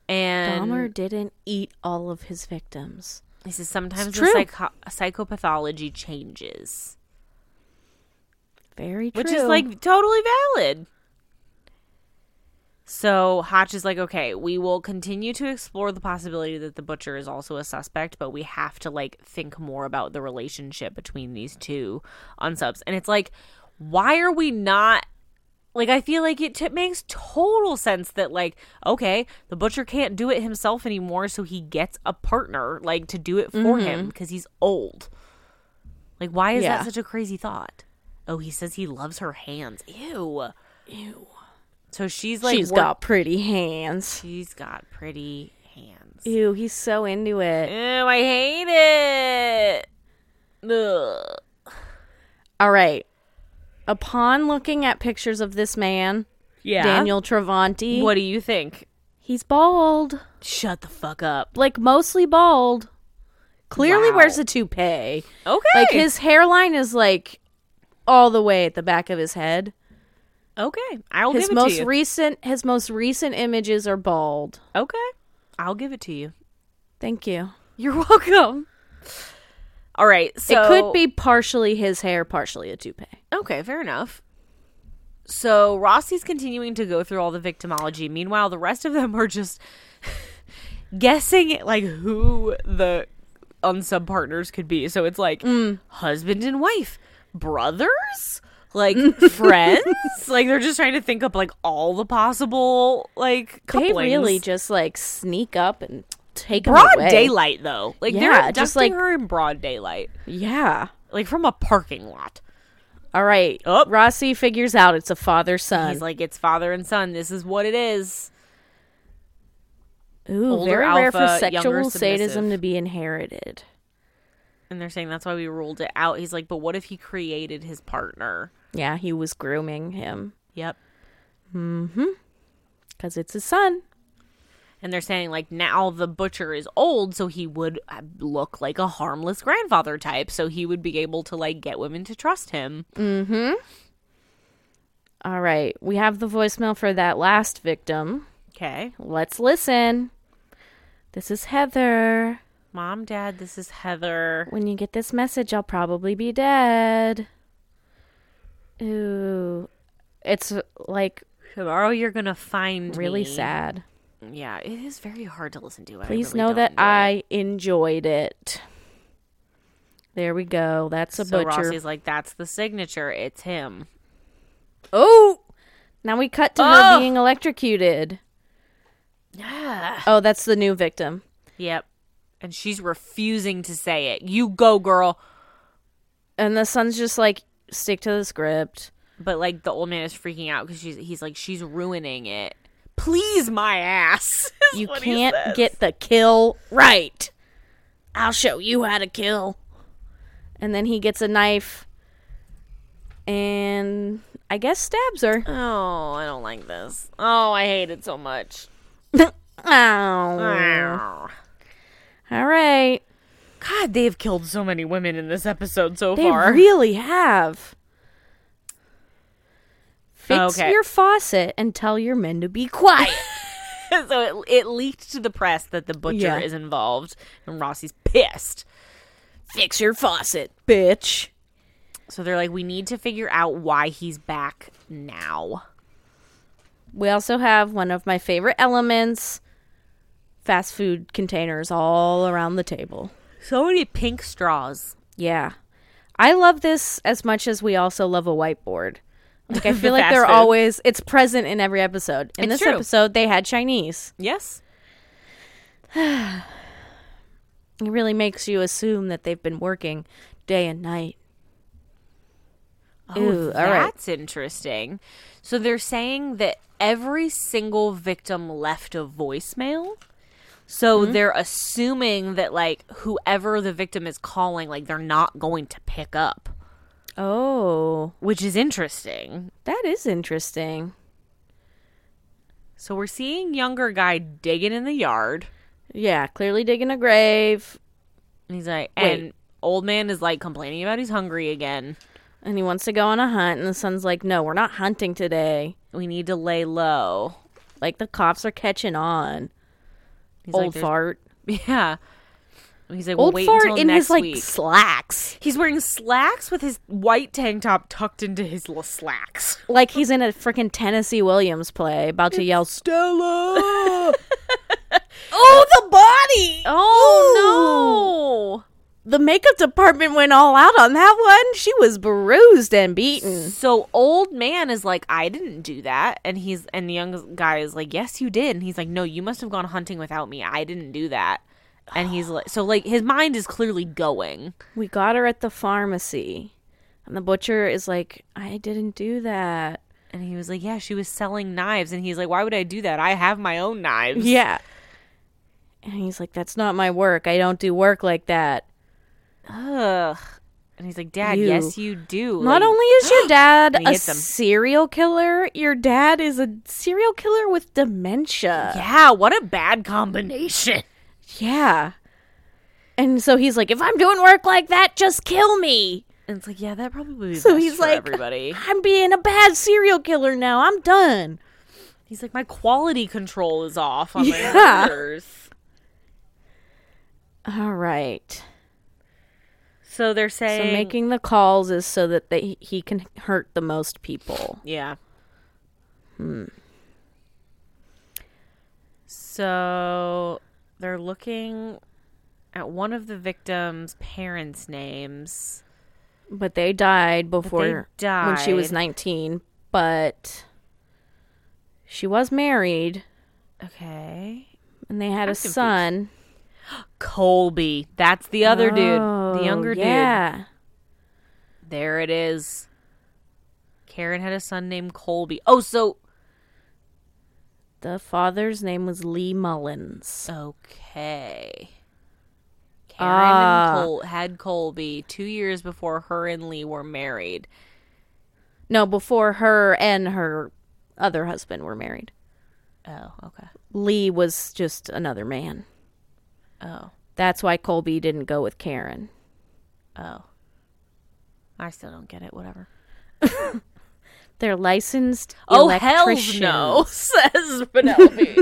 A: And
B: Dahmer didn't eat all of his victims.
A: he says sometimes the
B: true.
A: psycho- psychopathology changes,
B: Very true.
A: which is like totally valid. So Hotch is like, okay, we will continue to explore the possibility that the butcher is also a suspect, but we have to like think more about the relationship between these two unsubs. And it's like, why are we not? Like, I feel like it t- makes total sense that, like, okay, the butcher can't do it himself anymore, so he gets a partner, like, to do it for him because he's old. Like, why
B: Mm-hmm.
A: is
B: Yeah.
A: that such a crazy thought? Oh, he says he loves her hands. Ew.
B: Ew.
A: So she's like,
B: she's
A: work-
B: got pretty hands.
A: She's got pretty hands.
B: Ew, he's so into it.
A: Ew, I hate it. Ugh.
B: All right. Upon looking at pictures of this man,
A: Yeah.
B: Daniel Travanti,
A: What do you think?
B: he's bald.
A: Shut the fuck up.
B: Like mostly bald. Clearly
A: Wow.
B: wears a toupee.
A: Okay.
B: Like his hairline is like all the way at the back of his head.
A: okay. I'll
B: His
A: give it
B: most
A: to you.
B: recent his most recent images are bald.
A: okay. I'll give it to you.
B: Thank you. *laughs*
A: You're welcome. All right. So
B: it could be partially his hair, partially a toupee.
A: Okay, fair enough. So Rossi's continuing to go through all the victimology. Meanwhile, the rest of them are just *laughs* guessing like who the unsub partners could be. So it's like
B: Mm.
A: husband and wife, brothers,
B: *laughs*
A: like friends. Like they're just trying to think up like all the possible like couplings.
B: They really just like sneak up and take him
A: broad
B: away.
A: daylight though. Like they're
B: Yeah,
A: abducting
B: just, like-
A: her in broad daylight,
B: Yeah.
A: like from a parking lot.
B: All right.
A: Oh.
B: Rossi figures out it's a father son.
A: He's like, it's father and son. This is what it is.
B: Ooh,
A: older
B: very rare for
A: alpha, younger
B: sexual sadism
A: submissive.
B: to be inherited.
A: And they're saying that's why we ruled it out. He's like, but what if he created his partner?
B: Yeah, he was grooming him
A: Yep.
B: because it's his son.
A: And they're saying, like, now the butcher is old, so he would uh, look like a harmless grandfather type. So he would be able to, like, get women to trust him.
B: All right, we have the voicemail for that last victim.
A: Okay.
B: Let's listen. This is Heather.
A: Mom, dad, this is Heather.
B: When you get this message, I'll probably be dead. Ooh. It's like
A: Tomorrow you're going to find
B: really
A: me.
B: sad.
A: Yeah, it is very hard to listen to. I
B: Please
A: really
B: know
A: don't
B: that
A: enjoy it.
B: I enjoyed it. There we go. That's a
A: So
B: butcher.
A: Rossi's like, that's the signature. It's him.
B: Oh! Now we cut to
A: Oh!
B: her being electrocuted.
A: Yeah.
B: Oh, that's the new victim.
A: Yep. And she's refusing to say it. You go, girl.
B: And the son's just like, stick to the script.
A: But like the old man is freaking out because she's he's like she's ruining it. Please, my ass. *laughs* is
B: You
A: what he
B: can't
A: says.
B: get the kill right. I'll show you how to kill. And then he gets a knife and I guess stabs her. *laughs*
A: Oh, I don't like this. Oh, I hate it so much. Ah.
B: Ow.
A: God,
B: All right.
A: they've killed so many women in this episode so
B: They
A: far.
B: really have. Fix
A: Okay. *laughs*
B: your faucet and tell your men to be quiet.
A: *laughs* so it, it leaked to the press that the butcher
B: Yeah.
A: is involved, and Rossi's pissed.
B: Fix your faucet, bitch.
A: So they're like, we need to figure out why he's back now.
B: We also have one of my favorite elements fast food containers all around the table.
A: So many pink straws.
B: Yeah. I love this as much as we also love a whiteboard. Like
A: *laughs*
B: I feel like
A: fast
B: they're
A: food.
B: always it's present in every episode. In
A: It's
B: this
A: true.
B: episode they had Chinese.
A: Yes.
B: It really makes you assume that they've been working day and night.
A: Oh,
B: Ooh, all right.
A: that's interesting. So they're saying that every single victim left a voicemail. So
B: Mm-hmm.
A: they're assuming that like whoever the victim is calling, like they're not going to pick up,
B: Oh,
A: which is interesting.
B: that is interesting.
A: So we're seeing younger guy digging in the yard,
B: Yeah, clearly digging a grave
A: and he's like,
B: Wait.
A: and old man is like complaining about he's hungry again.
B: and he wants to go on a hunt and the son's like, "No, we're not hunting today."
A: We need to lay low.
B: Like the cops are catching on.
A: He's like,
B: Old
A: "There's-
B: fart.
A: *laughs* Yeah. He's like, well,
B: Old
A: wait
B: fart
A: until
B: in
A: next
B: his like
A: week.
B: slacks.
A: He's wearing slacks with his white tank top tucked into his l- slacks.
B: Like he's in a freaking Tennessee Williams play about to yell
A: Stella!
B: Oh, *laughs* the body!
A: oh
B: The makeup department went all out on that one. She was bruised and
A: no!
B: beaten.
A: So old man is like, I didn't do that, and he's and the young guy is like, Yes, you did. And he's like, No, you must have gone hunting without me. I didn't do that. And he's like, so like his mind is clearly going.
B: We got her at the pharmacy. And the butcher is like, I didn't do that.
A: And he was like, Yeah, she was selling knives. And he's like, Why would I do that? I have my own knives.
B: Yeah. And he's like, That's not my work. I don't do work like that.
A: Ugh. And he's like, Dad,
B: You.
A: yes, you do.
B: Not
A: Like,
B: only is
A: *gasps*
B: your dad
A: And he
B: a
A: hits him.
B: serial killer, your dad is a serial killer with dementia.
A: Yeah, what a bad combination.
B: Yeah. And so he's like, if I'm doing work like that, just kill me.
A: And it's like, yeah, that probably
B: So
A: best
B: he's
A: for
B: like, *laughs*
A: everybody.
B: I'm being a bad serial killer now. I'm done.
A: He's like, my quality control is off on my
B: Yeah.
A: orders.
B: All right.
A: So they're saying,
B: So making the calls is so that they, he can hurt the most people.
A: yeah.
B: Hmm.
A: Hmm. So they're looking at one of the victims' parents' names.
B: But they died before when she was
A: died.
B: 19. But she was married
A: Okay.
B: and they had a
A: confused.
B: son.
A: Colby. That's the other dude.
B: Oh,
A: The younger dude.
B: yeah.
A: There it is. Karen had a son named Colby. Oh, so
B: The father's name was Lee Mullins.
A: Okay. Karen
B: Ah.
A: and Col- had Colby two years before her and Lee were married.
B: No, before her and her other husband were married.
A: Oh, okay.
B: Lee was just another man.
A: Oh,
B: That's why Colby didn't go with Karen.
A: oh. I still don't get it. Whatever.
B: They're licensed
A: Oh,
B: electricians.
A: hell no, *laughs*
B: *laughs*
A: says Penelope.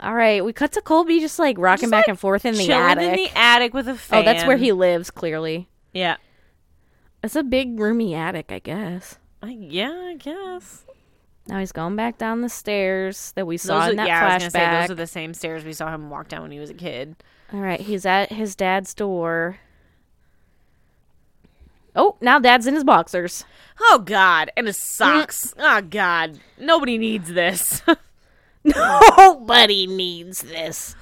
B: All right, we cut to Colby just like rocking
A: Just,
B: back
A: like,
B: and forth in the
A: Chilling
B: attic.
A: in the attic with a fan.
B: oh, that's where he lives. Clearly,
A: Yeah.
B: it's a big roomy attic, I guess.
A: I, yeah, I guess.
B: Now he's going back down the stairs that we saw
A: Those are-
B: in that
A: yeah, I was gonna say
B: flashback.
A: those are the same stairs we saw him walk down when he was a kid.
B: All right, he's at his dad's door. Oh, now dad's in his boxers.
A: Oh God, and his
B: Mm.
A: socks. Oh God, nobody
B: *laughs*
A: needs this. *laughs*
B: Nobody needs this.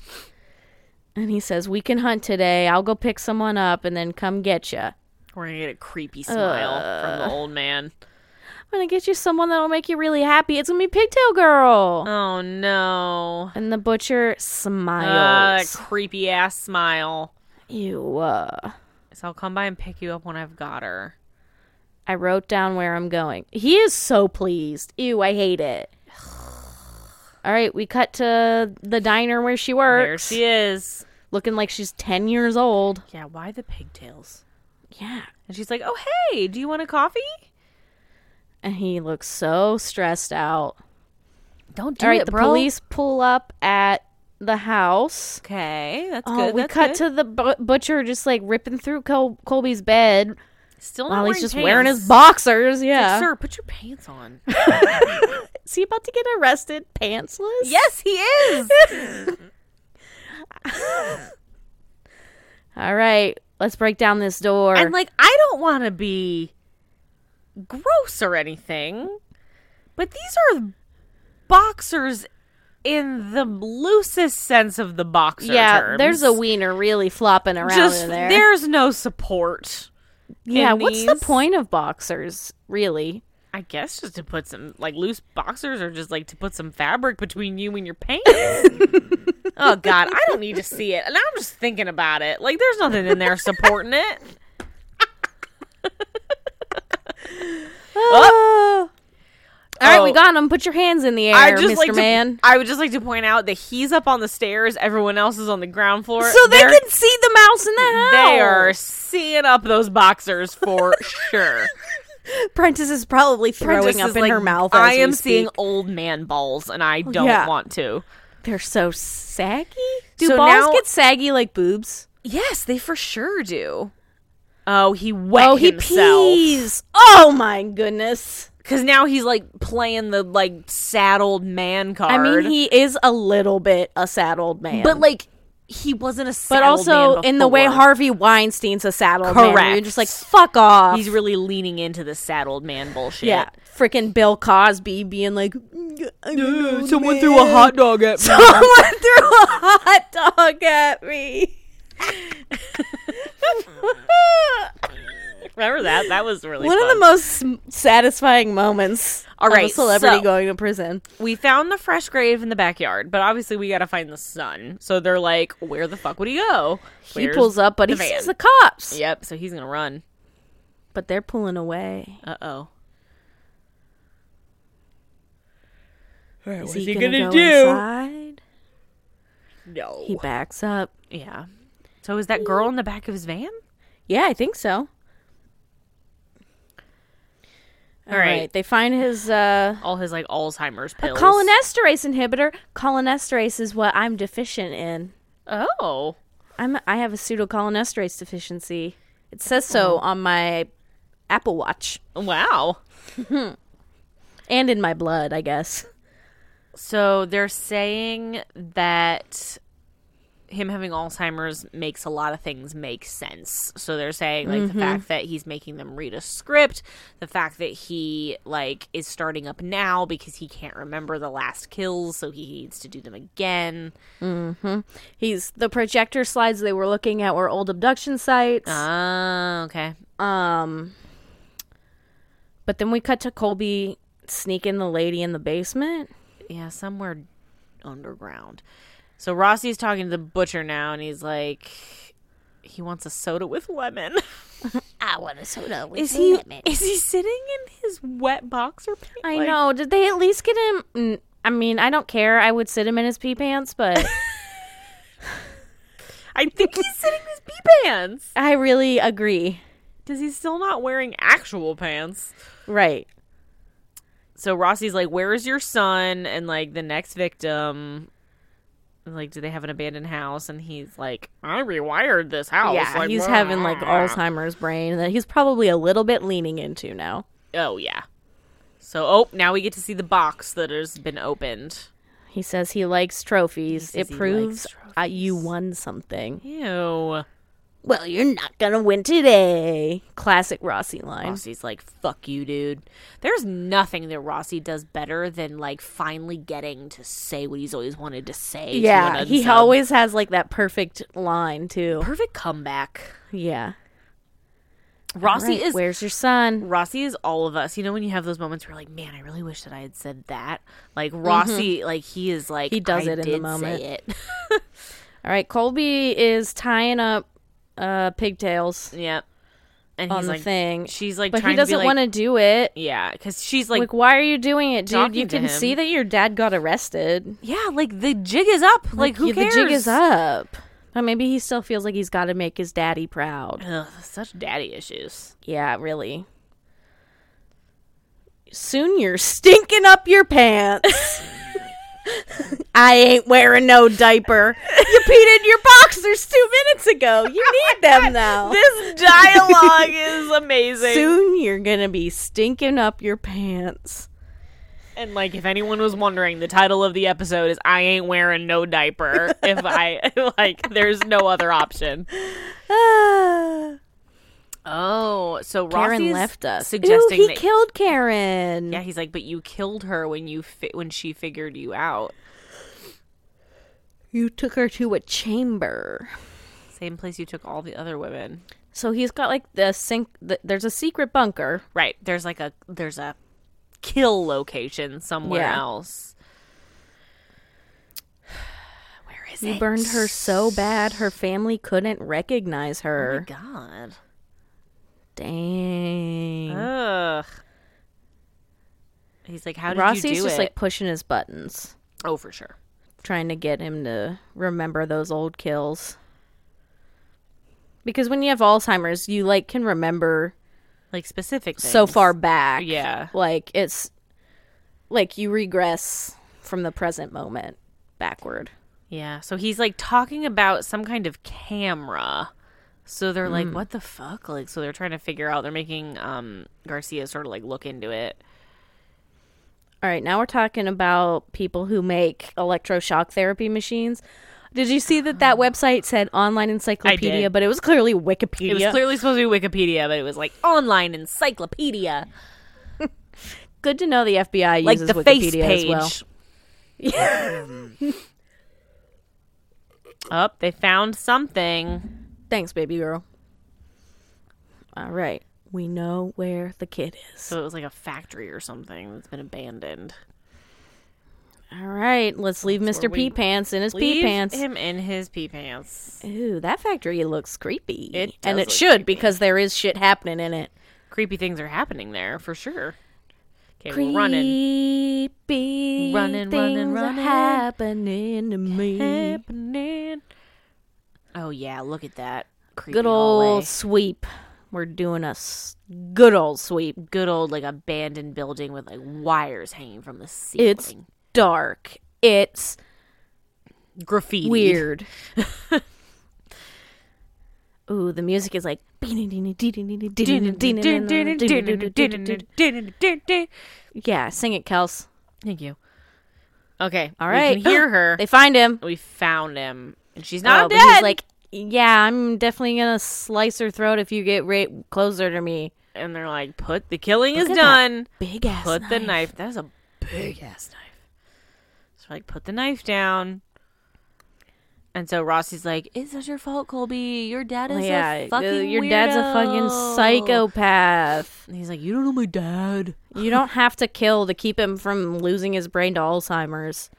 B: And he says, "We can hunt today. I'll go pick someone up and then come get you. I'm
A: We're gonna get a creepy smile from the old man.
B: gonna get you someone that'll make you really happy. It's gonna be Pigtail Girl."
A: Oh no.
B: and the butcher
A: Uh, that
B: smiles.
A: creepy ass smile.
B: You. Uh,
A: So I'll come by and pick you up when I've got her.
B: I wrote down where I'm going. He is so pleased. Ew, I hate it. *sighs* All right, we cut to the diner where she
A: There
B: works,
A: she is.
B: looking like she's ten years old.
A: Yeah, why the pigtails?
B: Yeah,
A: And she's like, "Oh hey, do you want a coffee?"
B: and he looks so stressed out.
A: Don't do
B: All right,
A: it,
B: the
A: bro.
B: police pull up at the house.
A: Okay, that's
B: Oh,
A: good.
B: we
A: that's
B: cut
A: good.
B: to the bu- butcher just like ripping through Col- Colby's bed
A: still not
B: while he's
A: wearing
B: just
A: pants.
B: wearing his boxers. Yeah.
A: Like, Sir, put your pants on.
B: Is he about to get arrested pantsless?
A: yes, he is.
B: All right, let's break down this door.
A: and like, I don't want to be gross or anything, but these are boxers in the loosest sense of the boxer
B: yeah,
A: terms.
B: there's a wiener really flopping around
A: just
B: in there.
A: there's no support.
B: yeah,
A: in
B: what's the
A: these.
B: point of boxers, really?
A: I guess just to put some like loose boxers or just like to put some fabric between you and your
B: *laughs*
A: pants. oh god, I don't need to see it. And I'm just thinking about it. Like there's nothing in there supporting it.
B: Oh. All right, we
A: Oh.
B: got him. Put your hands in the air,
A: I just
B: Mr.
A: like
B: Man.
A: To, I would just like to point out that he's up on the stairs, everyone else is on the ground floor.
B: so they
A: They're-
B: can see the mouse in the house.
A: they are seeing up those boxers for sure.
B: Prentice is probably throwing
A: Prentice
B: up
A: is
B: in
A: like,
B: her mouth.
A: I
B: as we
A: am seeing
B: speak.
A: old man balls, and I don't
B: Yeah.
A: want to.
B: *laughs* they're so saggy. Do
A: So
B: balls
A: now-
B: get saggy like boobs?
A: Yes, they for sure do. Oh, he wet
B: oh, he pees. Oh my goodness.
A: Because now he's like playing the like sad old man card.
B: I mean, he is a little bit a sad old man,
A: but like he wasn't a sad
B: but
A: old
B: also
A: man
B: in the way
A: before.
B: Harvey Weinstein's a sad old man. where You're
A: Correct.
B: just like fuck off.
A: he's really leaning into the sad old man bullshit.
B: yeah, freaking Bill Cosby being like, "Mm, someone
A: dog at
B: *laughs*
A: me.
B: Someone threw a hot dog at me.
A: *laughs* Remember that? That was really
B: One of the most satisfying moments
A: All
B: of
A: right,
B: a celebrity
A: so-
B: going to prison.
A: we found the fresh grave in the backyard, but obviously we got to find the son. So they're like, "Where the fuck would he go?"
B: he pulls up, but he
A: the van?
B: sees the cops.
A: Yep. So he's gonna run.
B: But they're pulling away.
A: Uh oh.
B: Is
A: what's
B: he,
A: he
B: gonna,
A: gonna
B: go
A: do?
B: Inside?
A: No.
B: He backs up.
A: yeah. So is that girl in the back of his van?
B: Yeah, I think so. All right.
A: right.
B: They find his uh,
A: All his like Alzheimer's pills.
B: cholinesterase inhibitor. Cholinesterase is what I'm deficient in.
A: Oh.
B: I'm I have a pseudocolinesterase deficiency. It says
A: Oh.
B: so on my Apple Watch
A: Wow.
B: and in my blood, I guess.
A: So they're saying that him having Alzheimer's makes a lot of things make sense. So they're saying like the fact that he's making them read a script, the fact that he like is starting up now because he can't remember the last kills, so he needs to do them again.
B: He's the projector slides they were looking at were old abduction sites.
A: Oh, okay.
B: Um but then we cut to Colby sneaking the lady in the basement.
A: Yeah, somewhere underground. So Rossi's talking to the butcher now and he's like he wants a soda with lemon.
B: *laughs* I want a soda with
A: Is he is he sitting in his wet boxer pants?
B: I
A: Like,
B: know. Did they at least get him? mm, I mean, I don't care. I would sit him in his pee pants,
A: *laughs*
B: but
A: I think he's sitting in his pee pants.
B: I really agree.
A: Does he still not wearing actual pants?
B: Right.
A: So Rossi's like, "Where is your son?" And like the next victim, like, do they have an abandoned house? And he's like, "I rewired this house."
B: Yeah,
A: Like,
B: he's
A: blah,
B: having like
A: blah, blah.
B: Alzheimer's brain that he's probably a little bit leaning into now.
A: Oh yeah. So oh, now we get to see the box that has been opened.
B: He says he likes trophies.
A: He
B: it
A: says he
B: proves
A: likes
B: uh, you won something.
A: Ew.
B: Well, you're not gonna win today. Classic Rossi line.
A: Rossi's like, fuck you, dude. There's nothing that Rossi does better than like finally getting to say what he's always wanted to say. to
B: Yeah,
A: an
B: he
A: unsub.
B: always has like that perfect line too.
A: perfect comeback.
B: Yeah.
A: Rossi
B: Right,
A: is
B: Where's your son?
A: Rossi is all of us. You know when you have those moments where you're like, man, I really wish that I had said that. Like Rossi, like he is like
B: Mm-hmm. He does
A: "I
B: it in the
A: did say
B: moment."
A: it. *laughs*
B: All right, Colby is tying up uh pigtails
A: yep. And
B: on
A: he's
B: the
A: like,
B: thing,
A: she's like,
B: but
A: trying
B: he doesn't
A: to be, like,
B: want to do it.
A: Yeah, because she's like,
B: Like, why are you doing it, dude?
A: talking
B: You
A: to
B: can
A: him.
B: see that your dad got arrested.
A: yeah, like the jig is up. Like, who
B: Yeah,
A: cares?
B: The jig is up. But maybe he still feels like he's got to make his daddy proud.
A: Ugh, such daddy issues.
B: Yeah, really. Soon you're stinking up your pants. I ain't wearing no diaper. You peed in your boxers two minutes ago. You need *laughs* them now.
A: *laughs* This dialogue is amazing.
B: Soon you're gonna be stinking up your pants.
A: and like, if anyone was wondering, the title of the episode is "I ain't wearing no *laughs* diaper." if I like, there's no other option.
B: Ah,
A: Oh, so
B: Karen
A: Rossi's
B: left us.
A: suggesting
B: Ooh, he
A: that
B: killed Karen.
A: yeah, he's like, but you killed her when you fi- when she figured you out.
B: You took her to a chamber.
A: Same place you took all the other women.
B: So he's got like the sink. The, there's a secret bunker.
A: Right. There's like a there's a kill location somewhere
B: Yeah.
A: else. *sighs* Where is
B: You
A: it?
B: burned her so bad her family couldn't recognize her.
A: Oh God.
B: Dang.
A: Ugh. He's like, how did
B: Rossi's
A: you do
B: just
A: it?
B: like pushing his buttons,
A: oh, for sure.
B: trying to get him to remember those old kills. Because when you have Alzheimer's, you like can remember
A: Like specific. Things.
B: so far back.
A: Yeah.
B: Like it's like you regress from the present moment backward.
A: Yeah. So he's like talking about some kind of camera. So they're like, what the fuck? Like, so they're trying to figure out. They're making um Garcia sort of like look into it.
B: All right, now we're talking about people who make electroshock therapy machines. Did you see that
A: Oh.
B: that website said online encyclopedia, but it was clearly Wikipedia?
A: It was clearly supposed to be Wikipedia, but it was like online encyclopedia,
B: Good to know the FBI
A: like
B: uses
A: the
B: Wikipedia
A: face page.
B: as well.
A: oh, they found something.
B: Thanks, baby girl. All right, we know where the kid is.
A: So it was like a factory or something that's been abandoned.
B: All right, let's leave Mr. Pee
A: we-
B: Pants in his pee
A: Leave
B: pants.
A: him in his pee pants.
B: Ooh, that factory looks creepy.
A: It
B: and
A: does
B: it
A: look
B: should because there is shit happening in it.
A: Creepy things are happening there for sure. Okay, we're running.
B: Creepy
A: Running, running,
B: things are
A: running.
B: happening to me.
A: Happening. Oh yeah, look at that. Creepy
B: Good
A: hallway.
B: old sweep. We're doing a s- good old sweep.
A: good old like abandoned building with like wires hanging from the ceiling.
B: It's dark. It's
A: graffiti. *laughs*
B: weird. Ooh, the music
A: *laughs*
B: is like. Yeah,
A: Thank
B: sing it, Kels.
A: you. Okay.
B: All
A: We
B: right.
A: can hear her.
B: *gasps* They find him.
A: we found him. And she's not
B: Oh, but
A: dead.
B: he's like, yeah, I'm definitely gonna slice her throat if you get right closer to me.
A: and they're like, put the killing is
B: at that
A: done.
B: Big ass.
A: Put the knife. That's a big ass knife. So like, put the knife down. And so Rossi's like, "It's not your fault, Colby. Your dad is
B: yeah, uh,
A: a fucking
B: your dad's a fucking
A: weirdo." *sighs*
B: psychopath.
A: And he's like, "You don't know my dad."
B: You don't have to kill to keep him from losing his brain to Alzheimer's.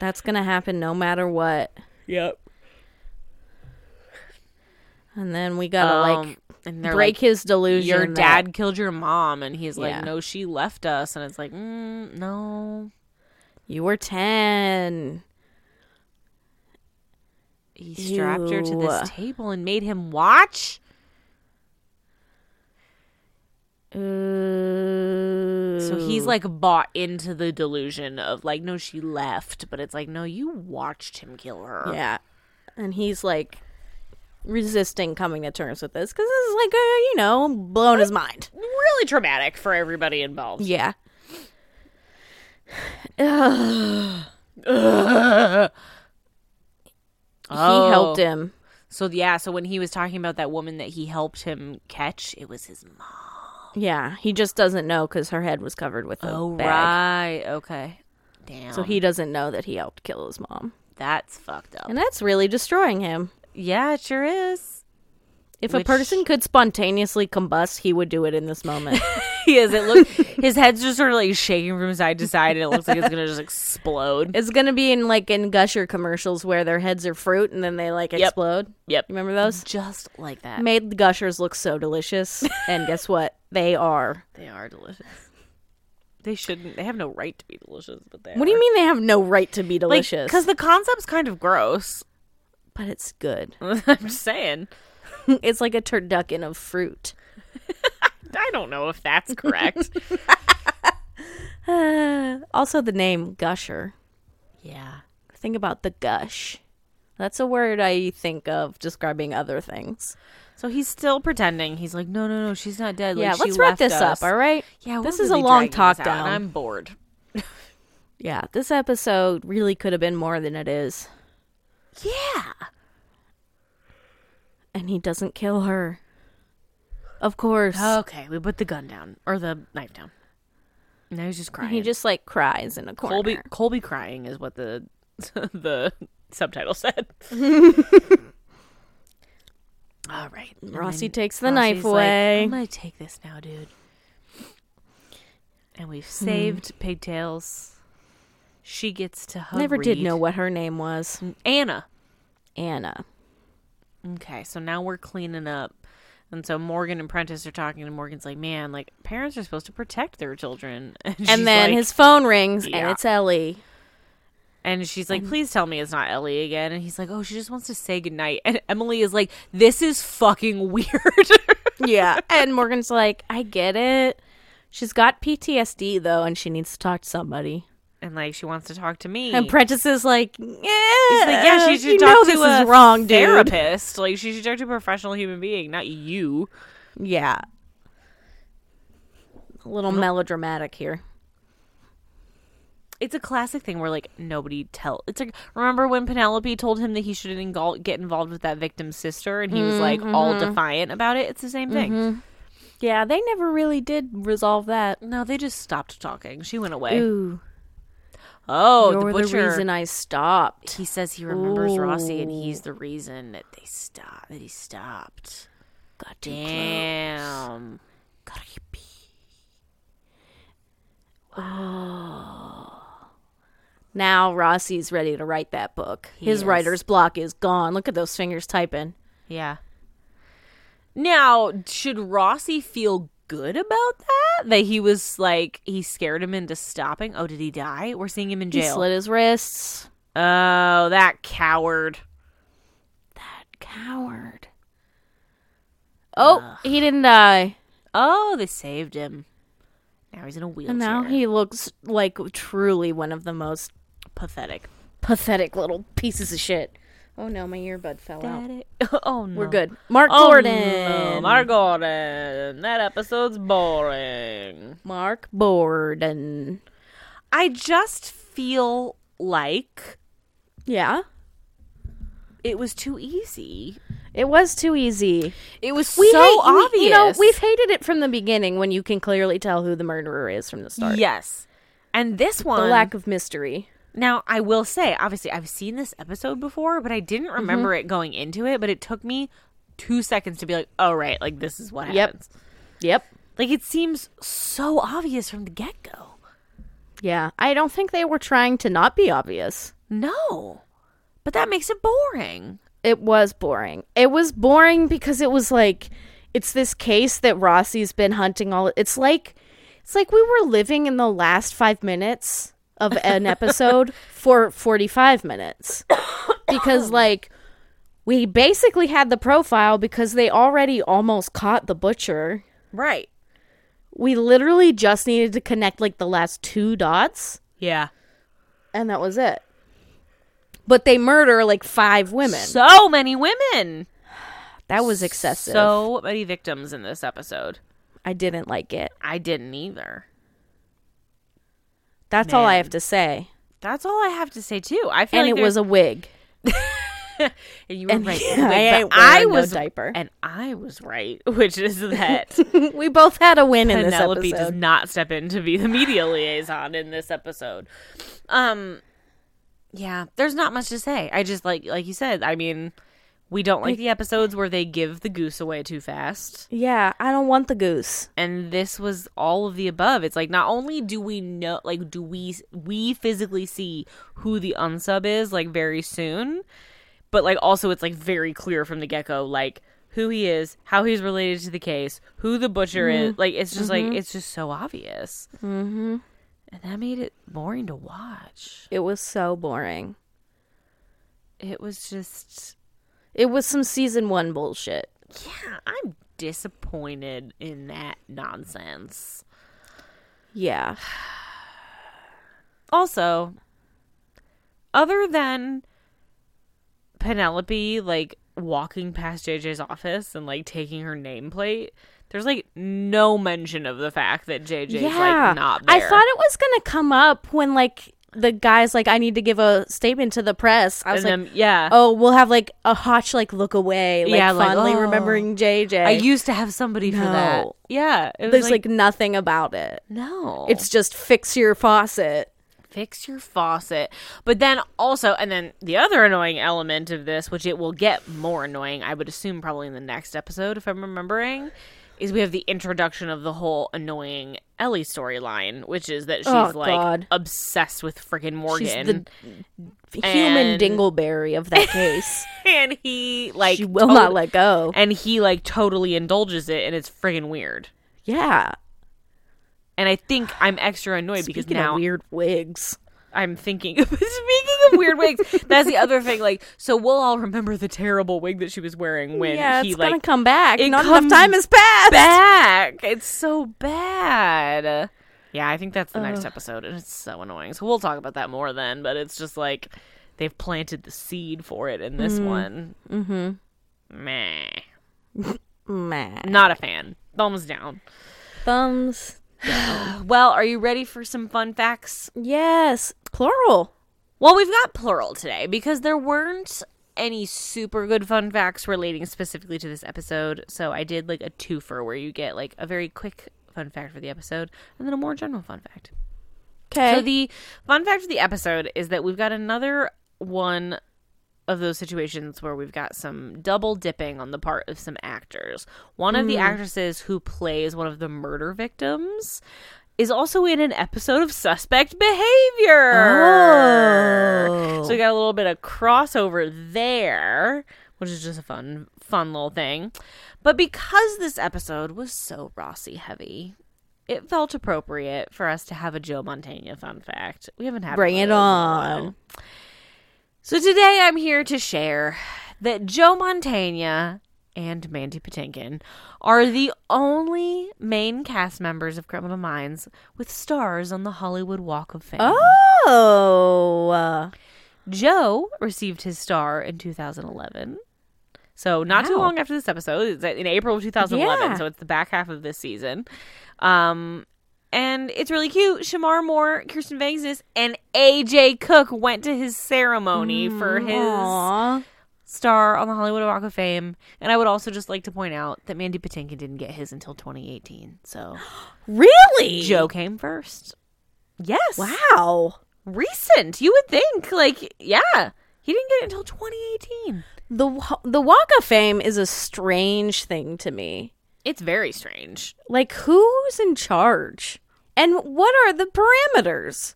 B: That's gonna happen no matter what.
A: Yep.
B: And then we gotta
A: Um,
B: like
A: and they're
B: break
A: like,
B: his delusion.
A: your
B: that-
A: dad killed your mom and he's like
B: Yeah.
A: no she left us and it's like mm, no
B: you were ten.
A: he strapped her to
B: Ew.
A: this table and made him watch
B: Ooh.
A: so he's like bought into the delusion of like no she left but it's like no you watched him kill her
B: Yeah. And he's like resisting coming to terms with this because this is like, uh, you know, blown his mind.
A: really traumatic for everybody involved
B: Yeah.
A: Oh.
B: He helped him.
A: so yeah so when he was talking about that woman that he helped him catch it was his mom
B: Yeah. He just doesn't know because her head was covered with a
A: oh
B: bag.
A: right okay damn
B: So he doesn't know that he helped kill his mom.
A: that's fucked up
B: And that's really destroying him.
A: yeah it sure is
B: If a
A: Which-
B: person could spontaneously combust, he would do it in this
A: *laughs*
B: moment.
A: *laughs* He is. It look his head's just sort of like shaking from side to side, and it looks like it's gonna just explode.
B: it's going to be in like in Gusher commercials where their heads are fruit and then they like explode.
A: Yep,
B: You remember those?
A: just like that.
B: made the gushers look so *laughs* delicious. and guess what? They are.
A: They are delicious. *laughs* They shouldn't. They have no right to be delicious, but they.
B: What do you mean they have no right to be delicious?
A: Because the concept's kind of gross. *laughs*
B: but it's *laughs* good.
A: I'm *laughs* just saying.
B: it's like a turducken of fruit.
A: I don't know if that's correct.
B: Also, the name Gusher.
A: *laughs* Yeah.
B: Think about the gush. That's a word I think of describing other things.
A: So he's still pretending. He's like, no, no, no, she's not dead. Like,
B: yeah,
A: she
B: let's wrap
A: left
B: this up,
A: us.
B: all right?
A: Yeah,
B: this
A: we're
B: is a
A: really
B: long
A: dragging
B: talk
A: this out, and
B: down.
A: I'm bored.
B: Yeah, this episode really could have been more than it is.
A: Yeah.
B: And he doesn't kill her. Of course.
A: Okay, we put the gun down or the knife down. Now he's just crying.
B: He just like cries in a corner.
A: Colby Colby crying is what the *laughs* the subtitle said. *laughs* All right, And
B: Rossi
A: then
B: takes the
A: Rossi's
B: knife
A: like, "Oh
B: away.
A: I'm gonna take this now, dude. And we've
B: Hmm.
A: saved pigtails. She gets to hug.
B: Never did
A: Reed. Mm,
B: know what her name was.
A: Anna.
B: Anna.
A: Okay, so now we're cleaning up. And so Morgan and Prentice are talking, and Morgan's like, "Man, like parents are supposed to protect their children." *laughs* And, she's
B: And then
A: like-
B: his phone rings and
A: Yeah.
B: it's Ellie.
A: And she's like, please tell me it's not Ellie again. And he's like, oh, she just wants to say goodnight. And Emily is like, this is fucking *laughs* weird.
B: Yeah. *laughs* and Morgan's like, I get it. She's got PTSD though and she needs to talk to somebody.
A: and like, she wants to talk to me.
B: And Prentice is like, yeah,
A: Like, yeah, *laughs* she should
B: you
A: talk
B: know
A: to
B: this
A: a
B: is wrong, dude.
A: therapist. Like, she should talk to a professional human being, not you.
B: Yeah. A little melodramatic here.
A: It's a classic thing where like nobody tell. It's like remember when Penelope told him that he shouldn't engul- get involved with that victim's sister, and he was like all defiant about it. It's the same thing.
B: Yeah, they never really did resolve that.
A: No, they just stopped talking. She went away.
B: Ooh,
A: oh,
B: you're
A: the
B: the,
A: butcher.
B: reason I stopped.
A: he says he remembers Rossi and he's the reason that they stopped that he stopped.
B: God
A: Damn.
B: creepy. Oh. Now Rossi's ready to write that book. His
A: is.
B: writer's block is gone. Look at those fingers typing.
A: Yeah. Now, should Rossi feel good about that? That he was like he scared him into stopping. Oh, did he die? We're seeing him in
B: He
A: jail.
B: slit his wrists.
A: oh, that coward.
B: That coward. Oh, he didn't die.
A: Oh, they saved him. Now he's in a wheelchair.
B: And now he looks like truly one of the most
A: pathetic.
B: pathetic little pieces of shit. Oh no, my earbud fell out.
A: *laughs* Oh no.
B: We're good. Mark
A: Oh,
B: Gordon.
A: no, Mark Gordon. That episode's boring.
B: Mark Gordon.
A: I just feel like
B: Yeah.
A: it was too easy.
B: It was too easy.
A: It was
B: so obvious. you know, we've hated it from the beginning when you can clearly tell who the murderer is from the start.
A: yes. And this
B: The
A: one,
B: lack of mystery.
A: now I will say, obviously, I've seen this episode before, but I
B: Mm-hmm.
A: didn't remember it going into it. But it took me two seconds to be like, "Oh right, like this is what
B: Yep.
A: happens."
B: Yep.
A: Like it seems so obvious from the get go.
B: Yeah. I don't think they were trying to not be obvious.
A: No, but that makes it boring.
B: It was boring. It was boring because it was like it's this case that Rossi's been hunting all it's like it's like we were living in the last 5 minutes of *laughs* an episode for 45 *coughs* minutes. Because like we basically had the profile because they already almost caught the butcher.
A: Right.
B: We literally just needed to connect like the last two dots
A: Yeah.
B: and that was it. But they murder like 5 women.
A: So many women.
B: that was excessive.
A: So many victims in this episode.
B: I didn't like it.
A: I didn't either.
B: That's all I
A: Man.
B: have to say.
A: That's all I have to say too. I feel
B: And
A: like
B: it was a wig.
A: and you were
B: *laughs*
A: right.
B: yeah,
A: but
B: I ain't
A: I
B: wearing no
A: was
B: diaper.
A: and I was right, *laughs* which is that
B: *laughs* we both had a *laughs* win in
A: Penelope
B: this
A: does
B: episode.
A: not step in to be the media liaison in this episode. Um, yeah, there's not much to say. I just like like you said. I mean, we don't like the episodes where they give the goose away too fast.
B: Yeah, I don't want the goose.
A: and this was all of the above it's like not only do we know like do we we physically see who the unsub is like very soon but like also it's like very clear from the get-go like who he is how he's related to the case who the butcher is like it's just like it's just so obvious mm-hmm. and that made it boring to watch
B: It was so boring.
A: it was just
B: It was some season one bullshit.
A: yeah i'm disappointed in that nonsense
B: Yeah.
A: also other than Penelope like walking past JJ's office and like taking her nameplate, there's like no mention of the fact that JJ's like not there.
B: I thought it was gonna come up when like the guy's like, I need to give a statement to the press. I was
A: And
B: like,
A: then- yeah.
B: oh, we'll have like a hotch like look away, like
A: Yeah, like,
B: fondly
A: oh.
B: remembering JJ.
A: I used to have somebody for that.
B: No.
A: Yeah. It was
B: There's like, nothing about it.
A: no.
B: It's just fix your faucet.
A: fix your faucet. But then also, and then the other annoying element of this, which it will get more annoying, I would assume probably in the next episode, if I'm remembering, is we have the introduction of the whole annoying Ellie storyline, which is that she's
B: Oh,
A: like
B: God.
A: obsessed with freaking Morgan.
B: She's the human
A: And-
B: dingleberry of that case.
A: and he *laughs* like
B: she will
A: tot-
B: not let go.
A: and he like totally indulges it and it's friggin' weird.
B: Yeah.
A: And I think I'm extra annoyed because
B: Speaking
A: now
B: of weird wigs.
A: I'm thinking. *laughs* speaking of weird wigs, that's the other thing. Like, so we'll all remember the terrible wig that she was wearing when
B: yeah,
A: he
B: it's
A: like
B: gonna come back.
A: it
B: Not enough
A: comes
B: time has passed.
A: back. It's so bad. Yeah, I think that's the next episode, and it's so annoying. So we'll talk about that more then. But it's just like they've planted the seed for it in this one. Mm-hmm. Meh.
B: Meh.
A: Not a fan. Thumbs down.
B: Thumbs.
A: Well, are you ready for some fun facts?
B: Yes. Plural.
A: Well, we've got plural today because there weren't any super good fun facts relating specifically to this episode. So I did like a twofer where you get like a very quick fun fact for the episode and then a more general fun fact.
B: Okay.
A: So the fun fact of the episode is that we've got another one of those situations where we've got some double dipping on the part of some actors. One of the
B: Hmm.
A: actresses who plays one of the murder victims is also in an episode of Suspect Behavior.
B: Oh.
A: So we got a little bit of crossover there, which is just a fun fun little thing. But because this episode was so Rossi heavy, it felt appropriate for us to have a Joe Montana fun fact. We haven't had
B: Bring
A: one
B: it
A: of those in a
B: on.
A: while. So today I'm here to share that Joe Montana and Mandy Patinkin are the only main cast members of Criminal Minds with stars on the Hollywood Walk of Fame.
B: Oh. uh,
A: Joe received his star in 2011. So not too
B: Wow.
A: long after this episode, it's in April of 2011.
B: Yeah.
A: So it's the back half of this season. Um, and it's really cute. Shamar Moore, Kirsten Vangsness, and AJ Cook went to his ceremony for his
B: aw.
A: star on the Hollywood Walk of Fame. And I would also just like to point out that Mandy Patinkin didn't get his until 2018.
B: *gasps*
A: So
B: Really?
A: Joe came first. Yes.
B: Wow.
A: Recent. You would think. Like, yeah. He didn't get it until 2018.
B: The wa- the Walk of Fame is a strange thing to me.
A: It's very strange.
B: Like who's in charge? And what are the parameters?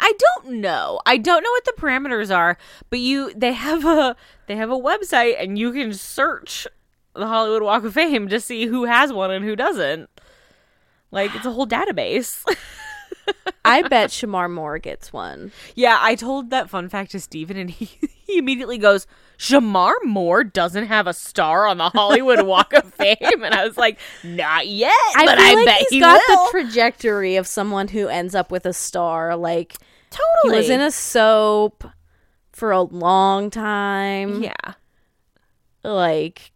A: I don't know. I don't know what the parameters are, but you they have a they have a website and you can search the Hollywood Walk of Fame to see who has one and who doesn't. Like it's a whole database. *laughs*
B: I bet Shamar Moore gets one.
A: yeah, I told that fun fact to Steven and he, *laughs* he immediately goes, Shamar Moore doesn't have a star on the Hollywood Walk of Fame and I was like, Not yet.
B: I
A: but
B: feel
A: I
B: like
A: bet
B: he's
A: he
B: got
A: will.
B: the trajectory of someone who ends up with a star. Like he
A: totally
B: was in a soap for a long time.
A: *laughs* Yeah.
B: Like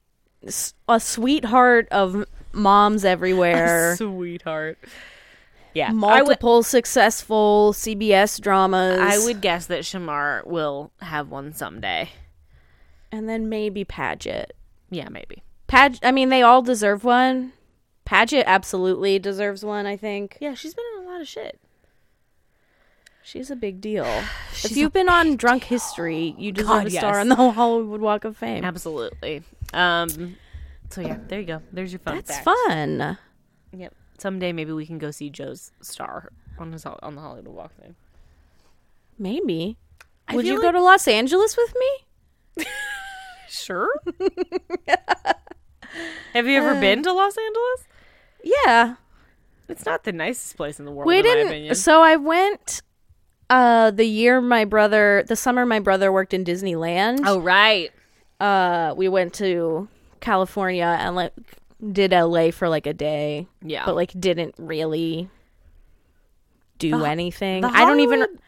B: s- a sweetheart of moms
A: *laughs*
B: everywhere.
A: Sweetheart. Yeah. I would
B: multiple successful CBS dramas.
A: I would guess that Shamar will have one someday.
B: and then maybe Paget.
A: Yeah, maybe.
B: Pag, I mean, they all deserve one. Paget absolutely deserves one. I think
A: Yeah, she's been in a lot of shit.
B: she's a big
A: *sighs*
B: deal. if you've been on Drunk History, you deserve
A: God,
B: a star
A: yes.
B: on the *laughs* Hollywood Walk of Fame.
A: Absolutely. Um so yeah, there you go. There's your fun
B: That's
A: fact.
B: fun.
A: Yep. Someday maybe we can go see Joe's star on his on the Hollywood Walk thing.
B: Maybe. Would
A: feel
B: you go to Los Angeles with me?
A: *laughs* Sure. have you
B: Uh,
A: ever been to Los Angeles?
B: Yeah,
A: It's not the nicest place in the world,
B: we
A: in my
B: didn't.
A: opinion.
B: So I went. Uh, the year my brother, the summer my brother worked in Disneyland.
A: Oh right.
B: uh we went to California and like did LA for like a day,
A: Yeah.
B: but like didn't really do anything.
A: the
B: I don't even
A: Hollywood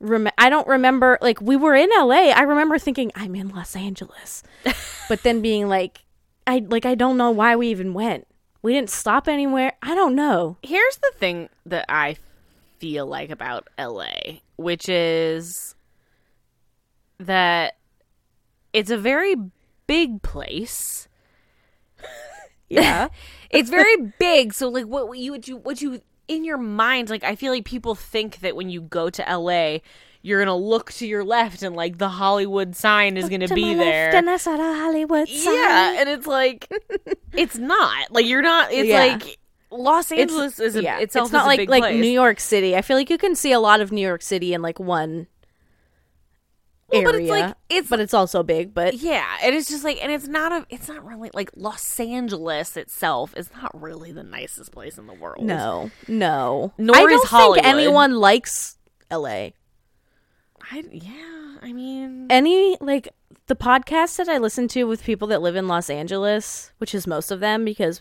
B: rem- I don't remember like we were in LA. I remember thinking I'm in Los
A: *laughs*
B: Angeles. but then being like I like I don't know why we even went. We didn't stop anywhere. I don't know.
A: Here's the thing that I feel like about LA, which is that it's a very big place.
B: *laughs* Yeah.
A: *laughs* it's very big. So like what you what you what you in your mind like I feel like people think that when you go to LA you're going to look to your left and like the Hollywood sign is going to be there.
B: and I saw the Hollywood sign.
A: yeah, and
B: *laughs*
A: it's like it's not. Like you're not it's
B: Yeah.
A: like Los Angeles is a,
B: yeah.
A: itself
B: it's not
A: is a
B: like
A: big
B: like
A: place.
B: New York City. I feel like you can see a lot of New York City in like one
A: Well,
B: area,
A: but it's like it's
B: but it's also big. But
A: Yeah, and it's just like, and it's not a, it's not really like Los Angeles itself is not really the nicest place in the world.
B: no, no,
A: Nor
B: I
A: is
B: don't
A: Hollywood.
B: think anyone likes L.A.
A: I yeah, I mean,
B: Any like the podcasts that I listen to with people that live in Los Angeles, which is most of them because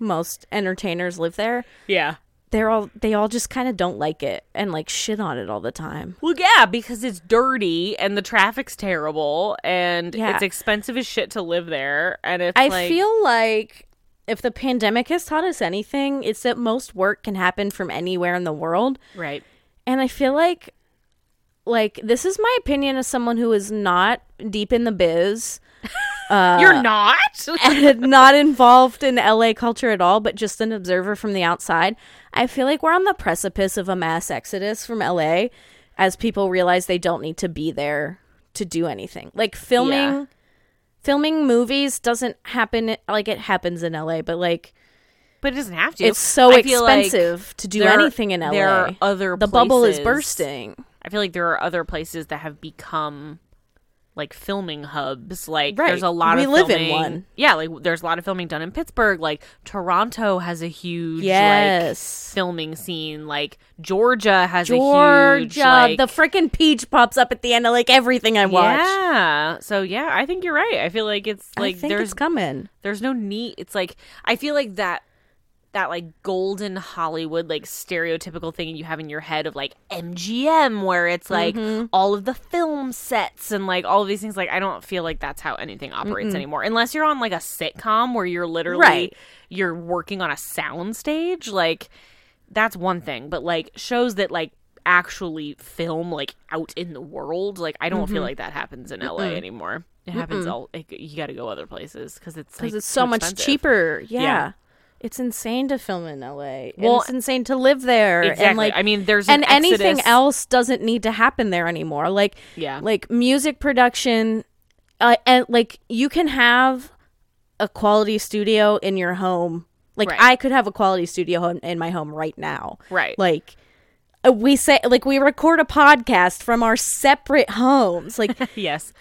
B: most entertainers live there.
A: yeah,
B: They're all they all just kind of don't like it and like shit on it all the time.
A: well, yeah, because it's dirty and the traffic's terrible and
B: Yeah.
A: it's expensive as shit to live there, and it's
B: I
A: like,
B: feel like if the pandemic has taught us anything, it's that most work can happen from anywhere in the world.
A: right,
B: And I feel like like this is my opinion as someone who is not deep in the biz
A: you're not.
B: uh, and *laughs* not involved in LA culture at all, but just an observer from the outside. I feel like we're on the precipice of a mass exodus from LA as people realize they don't need to be there to do anything. Like filming
A: Yeah.
B: filming movies doesn't happen like it happens in LA, but like
A: *laughs* but it doesn't have to.
B: it's so
A: I feel like
B: expensive to do
A: there-
B: anything in LA.
A: there are other
B: the bubble is
A: places-
B: bursting.
A: I feel like there are other places that have become like filming hubs. Like
B: Right.
A: there's a lot
B: We
A: of
B: live in
A: filming-
B: one.
A: Yeah, like there's a lot of filming done in Pittsburgh. Like Toronto has a huge like
B: Yes.
A: filming scene. Like Georgia has a
B: Georgia,
A: huge like,
B: the freaking peach pops up at the end of like everything I watch.
A: yeah. So yeah, I think you're right. I feel like it's like
B: I think
A: there's
B: it's coming.
A: there's no need. It's like I feel like that that like golden Hollywood like stereotypical thing you have in your head of like MGM where it's like all of the film sets and like all of these things like I don't feel like that's how anything operates anymore unless you're on like a sitcom where you're literally
B: Right.
A: you're working on a sound stage like that's one thing but like shows that like actually film like out in the world like I don't feel like that happens in LA anymore Mm-hmm. it happens all like, you got to go other places cuz it's
B: because
A: like,
B: it's so
A: too
B: much
A: expensive.
B: cheaper. Yeah.
A: Yeah.
B: It's insane to film in LA.
A: Well,
B: and it's insane to live there.
A: Exactly.
B: And like
A: I mean, there's
B: and
A: an
B: anything
A: exodus-
B: else doesn't need to happen there anymore. Like
A: Yeah.
B: like music production uh, and like you can have a quality studio in your home. Like
A: Right.
B: I could have a quality studio home in my home right now.
A: Right.
B: Like uh, we say like we record a podcast from our separate homes.
A: *laughs*
B: Like
A: yes.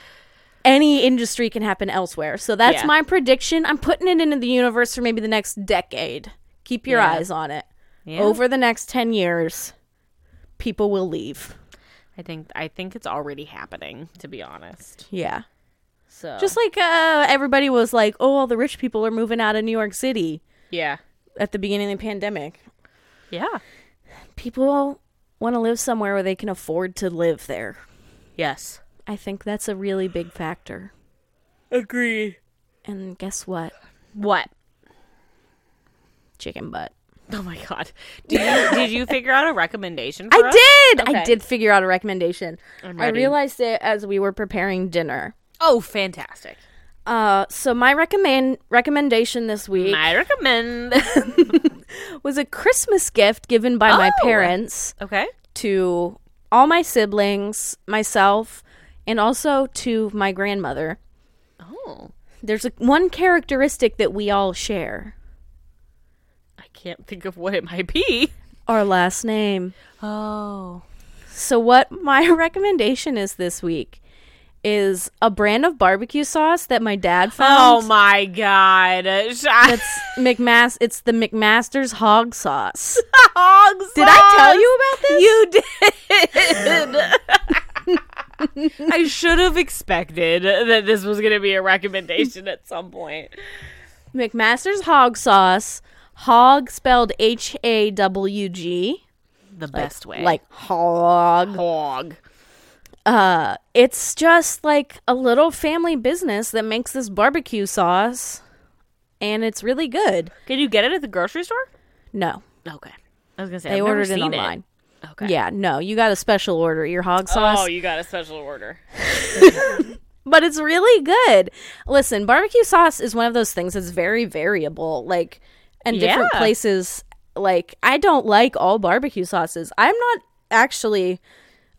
B: any industry can happen elsewhere. So that's
A: Yeah.
B: my prediction. I'm putting it into the universe for maybe the next decade. Keep your
A: Yeah.
B: eyes on it.
A: Yeah.
B: Over the next 10 years, people will leave.
A: I think I think it's already happening, to be honest.
B: Yeah.
A: So
B: Just like uh, everybody was like, oh, all the rich people are moving out of New York City
A: yeah.
B: at the beginning of the pandemic.
A: Yeah.
B: People want to live somewhere where they can afford to live there.
A: Yes.
B: I think that's a really big factor.
A: Agree.
B: And guess what?
A: What?
B: Chicken butt.
A: Oh my god. Did *laughs* you did you figure out a recommendation for us?
B: I did. I
A: Okay.
B: did figure out a recommendation.
A: I'm
B: I
A: ready.
B: realized it as we were preparing dinner.
A: Oh, fantastic.
B: Uh, so my recommend recommendation this week
A: I recommend.
B: was a Christmas gift given by my
A: Oh.
B: parents
A: okay.
B: to all my siblings, myself, and also to my grandmother.
A: Oh.
B: There's a, one characteristic that we all share:
A: I can't think of what it might be.
B: our last name.
A: Oh.
B: So what *laughs* my recommendation is this week is a brand of barbecue sauce that my dad
A: Oh
B: found.
A: my god. *laughs*
B: It's McMas. It's the McMaster's hog sauce.
A: Hogs.
B: Did I tell you about this?
A: You did. I should have expected that this was going to be a recommendation at some point.
B: McMaster's hog sauce. Hog spelled H A W G.
A: the best way.
B: like hog.
A: hog.
B: Uh, it's just like a little family business that makes this barbecue sauce, and it's really good.
A: Can you get it at the grocery store?
B: No,
A: Okay. I was gonna say
B: they
A: I've never
B: ordered it Oh,
A: seen
B: online.
A: Okay. Oh,
B: Yeah, no, you got a special order your hog sauce.
A: you got a special order.
B: but it's really good. Listen, barbecue sauce is one of those things that's very variable, like, and different
A: Yeah.
B: places. Like, I don't like all barbecue sauces. I'm not actually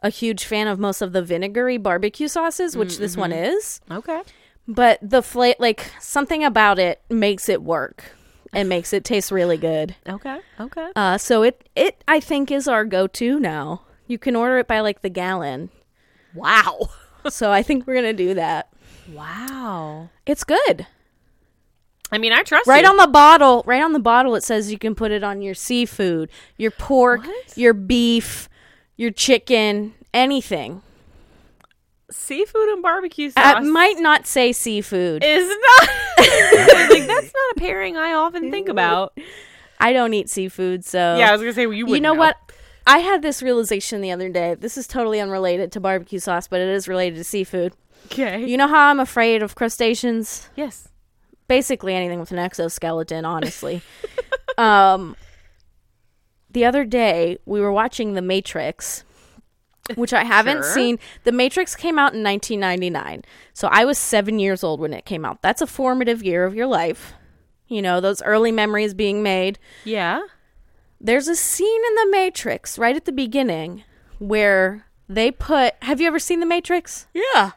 B: a huge fan of most of the vinegary barbecue sauces, which this one is.
A: Okay.
B: But the fla- like something about it makes it work and makes it taste really good.
A: Okay. Okay.
B: Uh, so it it I think is our go to now. You can order it by like the gallon.
A: Wow.
B: so I think we're gonna do that.
A: Wow.
B: It's good.
A: I mean, I trust
B: Right
A: you.
B: on the bottle, right on the bottle, it says you can put it on your seafood, your pork,
A: What?
B: your beef, your chicken, anything.
A: seafood and barbecue
B: It
A: sauce
B: might not say seafood.
A: is
B: *laughs*
A: not like that's not a pairing I often think about.
B: I don't eat seafood, so
A: Yeah, I was gonna say well, you.
B: you
A: wouldn't
B: know what? I had this realization the other day. This is totally unrelated to barbecue sauce, but it is related to seafood.
A: Okay.
B: You know how I'm afraid of crustaceans?
A: yes.
B: basically anything with an exoskeleton, honestly. *laughs* um, the other day we were watching The Matrix, which I haven't
A: Sure.
B: seen. The Matrix came out in 1999, so I was seven years old when it came out. That's a formative year of your life. You know, those early memories being made.
A: Yeah.
B: There's a scene in The Matrix right at the beginning where they put. Have you ever seen The Matrix?
A: Yeah.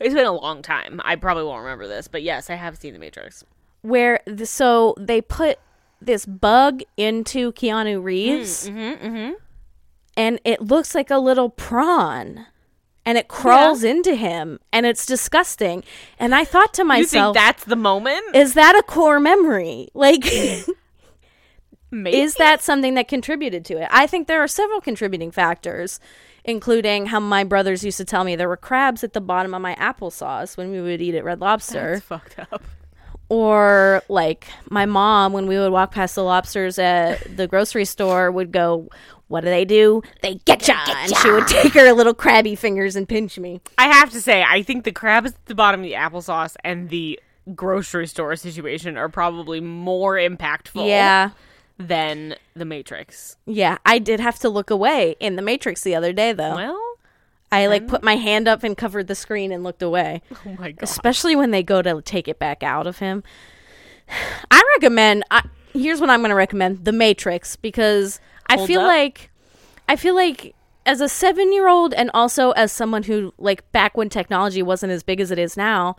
A: It's been a long time. I probably won't remember this, but yes, I have seen The Matrix.
B: where the, so they put this bug into Keanu Reeves,
A: Mm, mm-hmm,
B: and it looks like a little prawn, and it crawls into him, and it's disgusting. And I thought to
A: You
B: myself,
A: think that's the moment?
B: is that a core memory? *laughs* Like,
A: Maybe.
B: is that something that contributed to it? I think there are several contributing factors. Including how my brothers used to tell me there were crabs at the bottom of my applesauce when we would eat at Red Lobster.
A: That's fucked up.
B: or like my mom when we would walk past the lobsters at the grocery store would go what do they do they get ya and she would take her little crabby fingers and pinch me
A: I have to say, I think the crabs at the bottom of the applesauce and the grocery store situation are probably more impactful
B: yeah
A: than The Matrix.
B: yeah i did have to look away in the matrix the other day though
A: Well,
B: i like put my hand up and covered the screen and looked away
A: oh my god.
B: especially when they go to take it back out of him *sighs* i recommend I, here's what i'm going to recommend the matrix because i
A: Hold
B: feel
A: up.
B: like i feel like as a seven year old and also as someone who like back when technology wasn't as big as it is now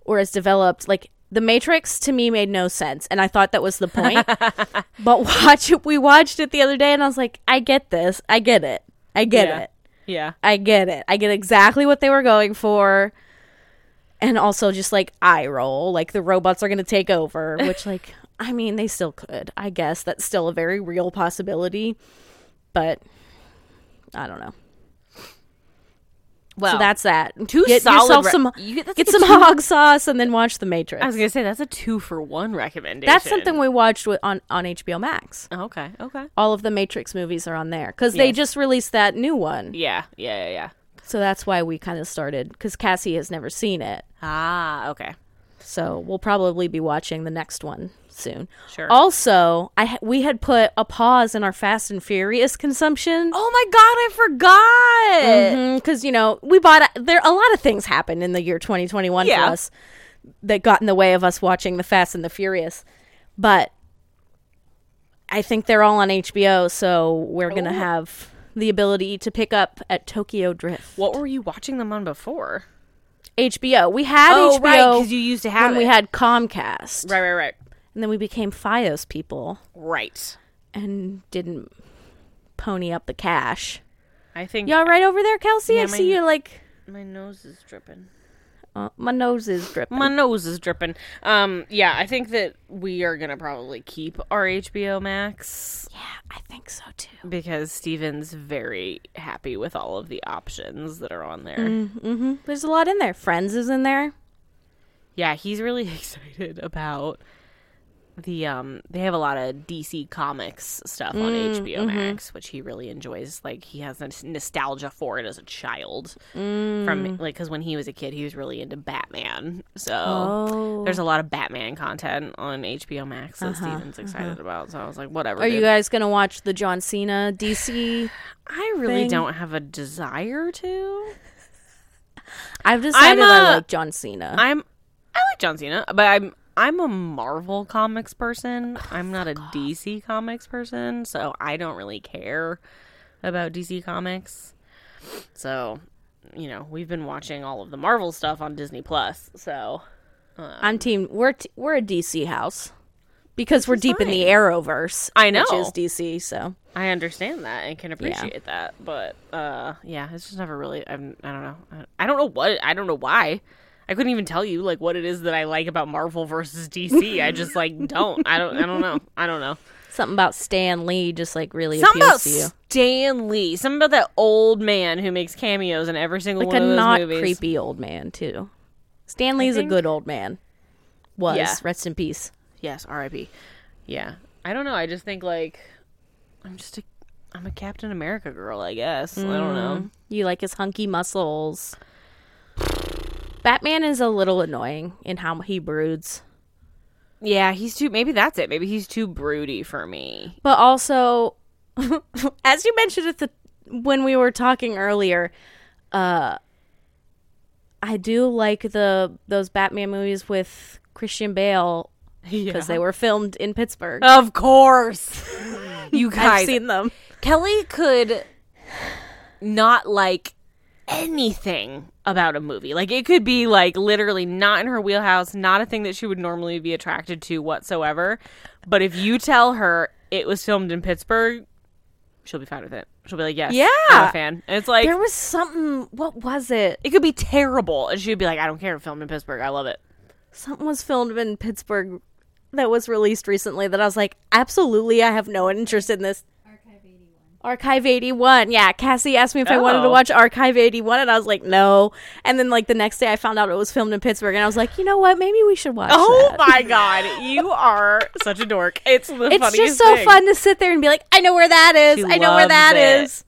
B: or as developed like the matrix to me made no sense and i thought that was the
A: *laughs*
B: point but *laughs* watch it we watched it the other day and i was like i get this i get it i get
A: Yeah.
B: it
A: Yeah.
B: I get it. I get exactly what they were going for. And also just like eye roll, like the robots are going to take
A: *laughs*
B: over, which like I mean they still could. I guess that's still a very real possibility. But I don't know.
A: Well,
B: so that's that. Two get
A: Oh. solid
B: yourself
A: re-
B: some
A: You- that's
B: get
A: like a
B: some
A: two-
B: hog sauce and then watch The
A: I
B: Matrix.
A: was gonna say that's a two for one recommendation.
B: That's something we watched with, on on HBO Max.
A: Oh, Okay. Okay.
B: All of the Matrix movies are on there cuz they just released that new one.
A: Yeah. Yeah. Yeah. yeah.
B: So that's why we kind of started cuz Cassie has never seen it.
A: Ah. Okay.
B: So we'll probably be watching the next one soon.
A: Sure.
B: Also, I ha- we had put a pause in our Fast and Furious consumption
A: Oh my god! I forgot.
B: because you know we bought a- there. A lot of things happened in the year 2021
A: Yeah.
B: for us that got in the way of us watching the Fast and the Furious, but I think they're all on HBO, so we're
A: Oh.
B: gonna have the ability to pick up at Tokyo Drift.
A: What were you watching them on before?
B: HBO. We had HBO
A: Oh, you used to
B: when we had Comcast,
A: right, right, right,
B: and then we became FiOS people.
A: right.
B: and didn't pony up the cash.
A: I think
B: You all right over there, Kelsey? I see
A: my-
B: you like
A: my nose is dripping.
B: uh, my nose is dripping.
A: My nose is dripping. Um, yeah, I think that we are gonna probably keep our HBO Max
B: yeah, I think so too.
A: because Steven's very happy with all of the options that are on there.
B: There's a lot in there. Friends is in there.
A: *laughs* Yeah, he's really excited about the um they have a lot of DC comics stuff on
B: Mm,
A: HBO
B: mm-hmm.
A: Max, which he really enjoys. Like he has this nostalgia for it as a child from
B: Mm.
A: like because when he was a kid, he was really into Batman. So
B: Oh. Uh-huh,
A: there's a lot of Batman content on HBO Max that Steven's excited about. So I was like, whatever.
B: Are you
A: dude.
B: guys gonna watch the John Cena DC?
A: I really
B: thing?
A: don't have a desire to.
B: I've decided I
A: a-
B: like John Cena.
A: I'm I like John Cena, but I'm I'm a Marvel comics person. I'm not a DC comics person, so I don't really care about DC comics. So, you know, we've been watching all of the Marvel stuff on Disney Plus. So,
B: I'm team. We're t- we're a DC house because we're deep in the Arrowverse.
A: I know.
B: which is DC. So
A: I understand that and can appreciate that, but uh yeah, it's just never really I'm I don't know. I, I don't know what I don't know why. I couldn't even tell you like what it is that I like about Marvel versus DC. I just like don't. I don't I don't know. I don't know.
B: something about Stan Lee just like really
A: Something
B: appeals
A: about
B: to you.
A: Stan Lee. Something about that old man who makes cameos in every single
B: Like
A: one
B: a
A: of those
B: not
A: movies.
B: creepy old man too. Stan Lee's a
A: think-
B: good old man. Was
A: Yeah.
B: rest in peace.
A: Yes, R.I.P. Yeah, I don't know. I just think like I'm just a I'm a Captain America girl. I guess I don't know.
B: You like his hunky muscles. Batman is a little annoying in how he broods,
A: Yeah, he's too. Maybe that's it. Maybe he's too broody for *laughs* me.
B: but also, *laughs* as you mentioned at the when we were talking earlier, uh, I do like the those Batman movies with Christian Bale because they were filmed in Pittsburgh.
A: Of *laughs* course, you guys.
B: I've seen them.
A: Kelly could not like anything about a movie. Like it could be like literally not in her wheelhouse, not a thing that she would normally be attracted to whatsoever. But if you tell her it was filmed in Pittsburgh, she'll be fine with it. She'll be like, "Yes, I'm
B: Yeah.
A: a fan." And it's like
B: There was something. What was it?
A: it could be terrible, and she'd be like, "I don't care. Filmed in Pittsburgh. I love it."
B: something was filmed in Pittsburgh that was released recently that I was like, absolutely, I have no interest in this. Archive 81. Yeah, Cassie asked me if I wanted to
A: Oh.
B: watch Archive 81, and I was like, no. And then, like, the next day I found out it was filmed in Pittsburgh, and I was like, you know what? Maybe we should watch
A: Oh
B: that.
A: *laughs* my god, you are such a dork. It's the
B: It's
A: funniest
B: just so
A: thing.
B: fun to sit there and be like, I know where that is.
A: She
B: I know where
A: loves
B: that
A: it.
B: is.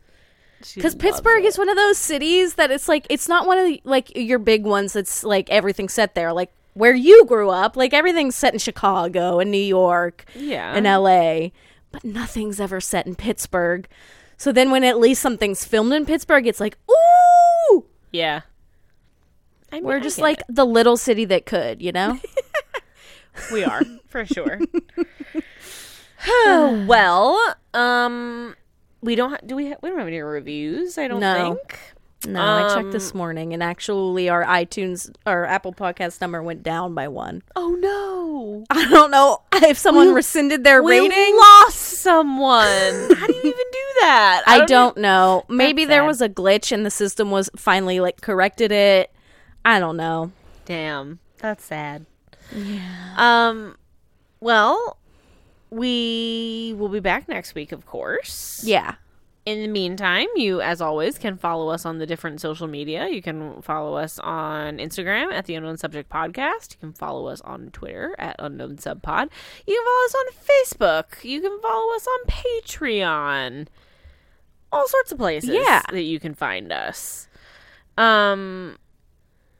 A: She
B: Because
A: loves
B: Pittsburgh
A: it.
B: is one of those cities that it's like, it's not one of, the, like, your big ones that's, like, everything's set there. Like, where you grew up, like, everything's set in Chicago and New York.
A: yeah,
B: in LA, but nothing's ever set in Pittsburgh. So then when at least something's filmed in Pittsburgh, it's like, ooh,
A: yeah. I mean,
B: we're
A: I
B: just
A: get
B: like
A: it.
B: the little city that could, you
A: *laughs*
B: know?
A: we are for sure. *sighs* well, um, we don't ha- do we ha- we don't have any reviews. I don't
B: No.
A: think.
B: No, I checked
A: Um,
B: this morning and actually our iTunes or Apple podcast number went down by one. *laughs*
A: Oh no,
B: I don't know if someone rescinded their
A: we
B: rating.
A: lost someone. How do you even do that?
B: I don't know. Maybe there
A: e- sad.
B: was a glitch and the system was finally like corrected it. I don't know.
A: e- Damn, that's sad. Yeah. Um. Well, we will be back next week, of course.
B: Yeah.
A: in the meantime, you, as always, can follow us on the different social media. You can follow us on Instagram at the Unknown Subject Podcast. You can follow us on Twitter at Unknown Sub Pod. You can follow us on Facebook. You can follow us on Patreon. All sorts of places
B: Yeah.
A: that you can find us. Um,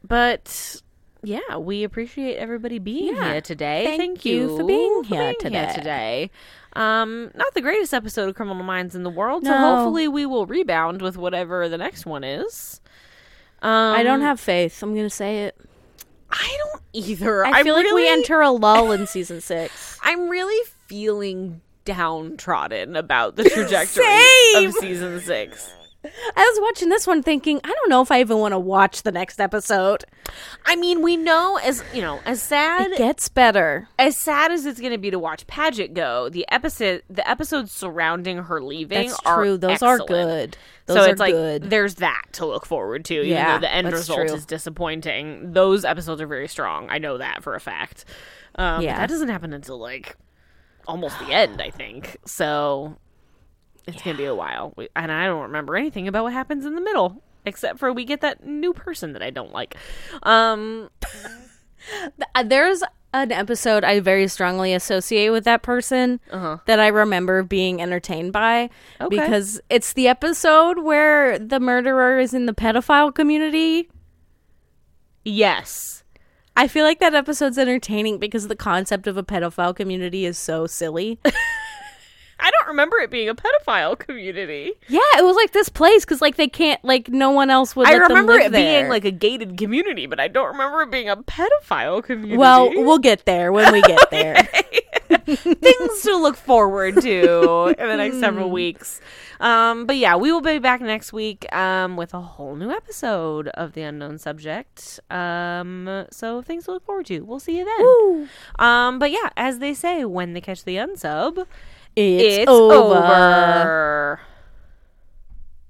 A: but yeah, we appreciate everybody being
B: Yeah.
A: here today.
B: Thank
A: Thank,
B: you
A: you,
B: for being
A: for
B: here today.
A: today. Um, not the greatest episode of Criminal Minds in the world, so
B: No.
A: hopefully we will rebound with whatever the next one is. Um,
B: I don't have faith. I'm going to say it.
A: I don't either.
B: I feel
A: am
B: like we
A: really,
B: enter a lull in season six.
A: I'm really feeling downtrodden
B: *laughs*
A: about the trajectory
B: Same.
A: of season six.
B: I was watching this one thinking, I don't know if I even want to watch the next episode.
A: I mean, we know as you know, as sad
B: It gets better.
A: as sad as it's going to be to watch Paget go, the episode the episodes surrounding her leaving
B: That's
A: are
B: true. Those
A: excellent.
B: are good. Those
A: so
B: are
A: it's like
B: good.
A: there's that to look forward to. Even
B: Yeah,
A: though the end
B: that's
A: result
B: true.
A: is disappointing, those episodes are very strong. I know that for a fact. Um, but
B: Yeah.
A: that doesn't happen until like almost the end, I think. So it's gonna be a while, We- and I don't remember anything about what happens in the middle. Except for we get that new person that I don't like. Um,
B: Th- uh, There's an episode I very strongly associate with that person
A: Uh-huh.
B: that I remember being entertained by
A: Okay.
B: because it's the episode where the murderer is in the pedophile community.
A: Yes.
B: I feel like that episode's entertaining because the concept of a pedophile community is so *laughs* silly.
A: I don't remember it being a pedophile community.
B: yeah, it was like this place because like they can't like no one else would.
A: I
B: let them
A: remember
B: live
A: it
B: there.
A: being like a gated community, but I don't remember it being a pedophile community.
B: Well, we'll get there when we get *laughs* there.
A: things to look forward to in the next several
B: Hmm.
A: weeks. Um, but yeah, we will be back next week um, with a whole new episode of The Unknown Subject. Um, so things to look forward to. We'll see you then.
B: Woo.
A: Um, but yeah, as they say, when they catch the unsub,
B: It's,
A: it's,
B: over.
A: over.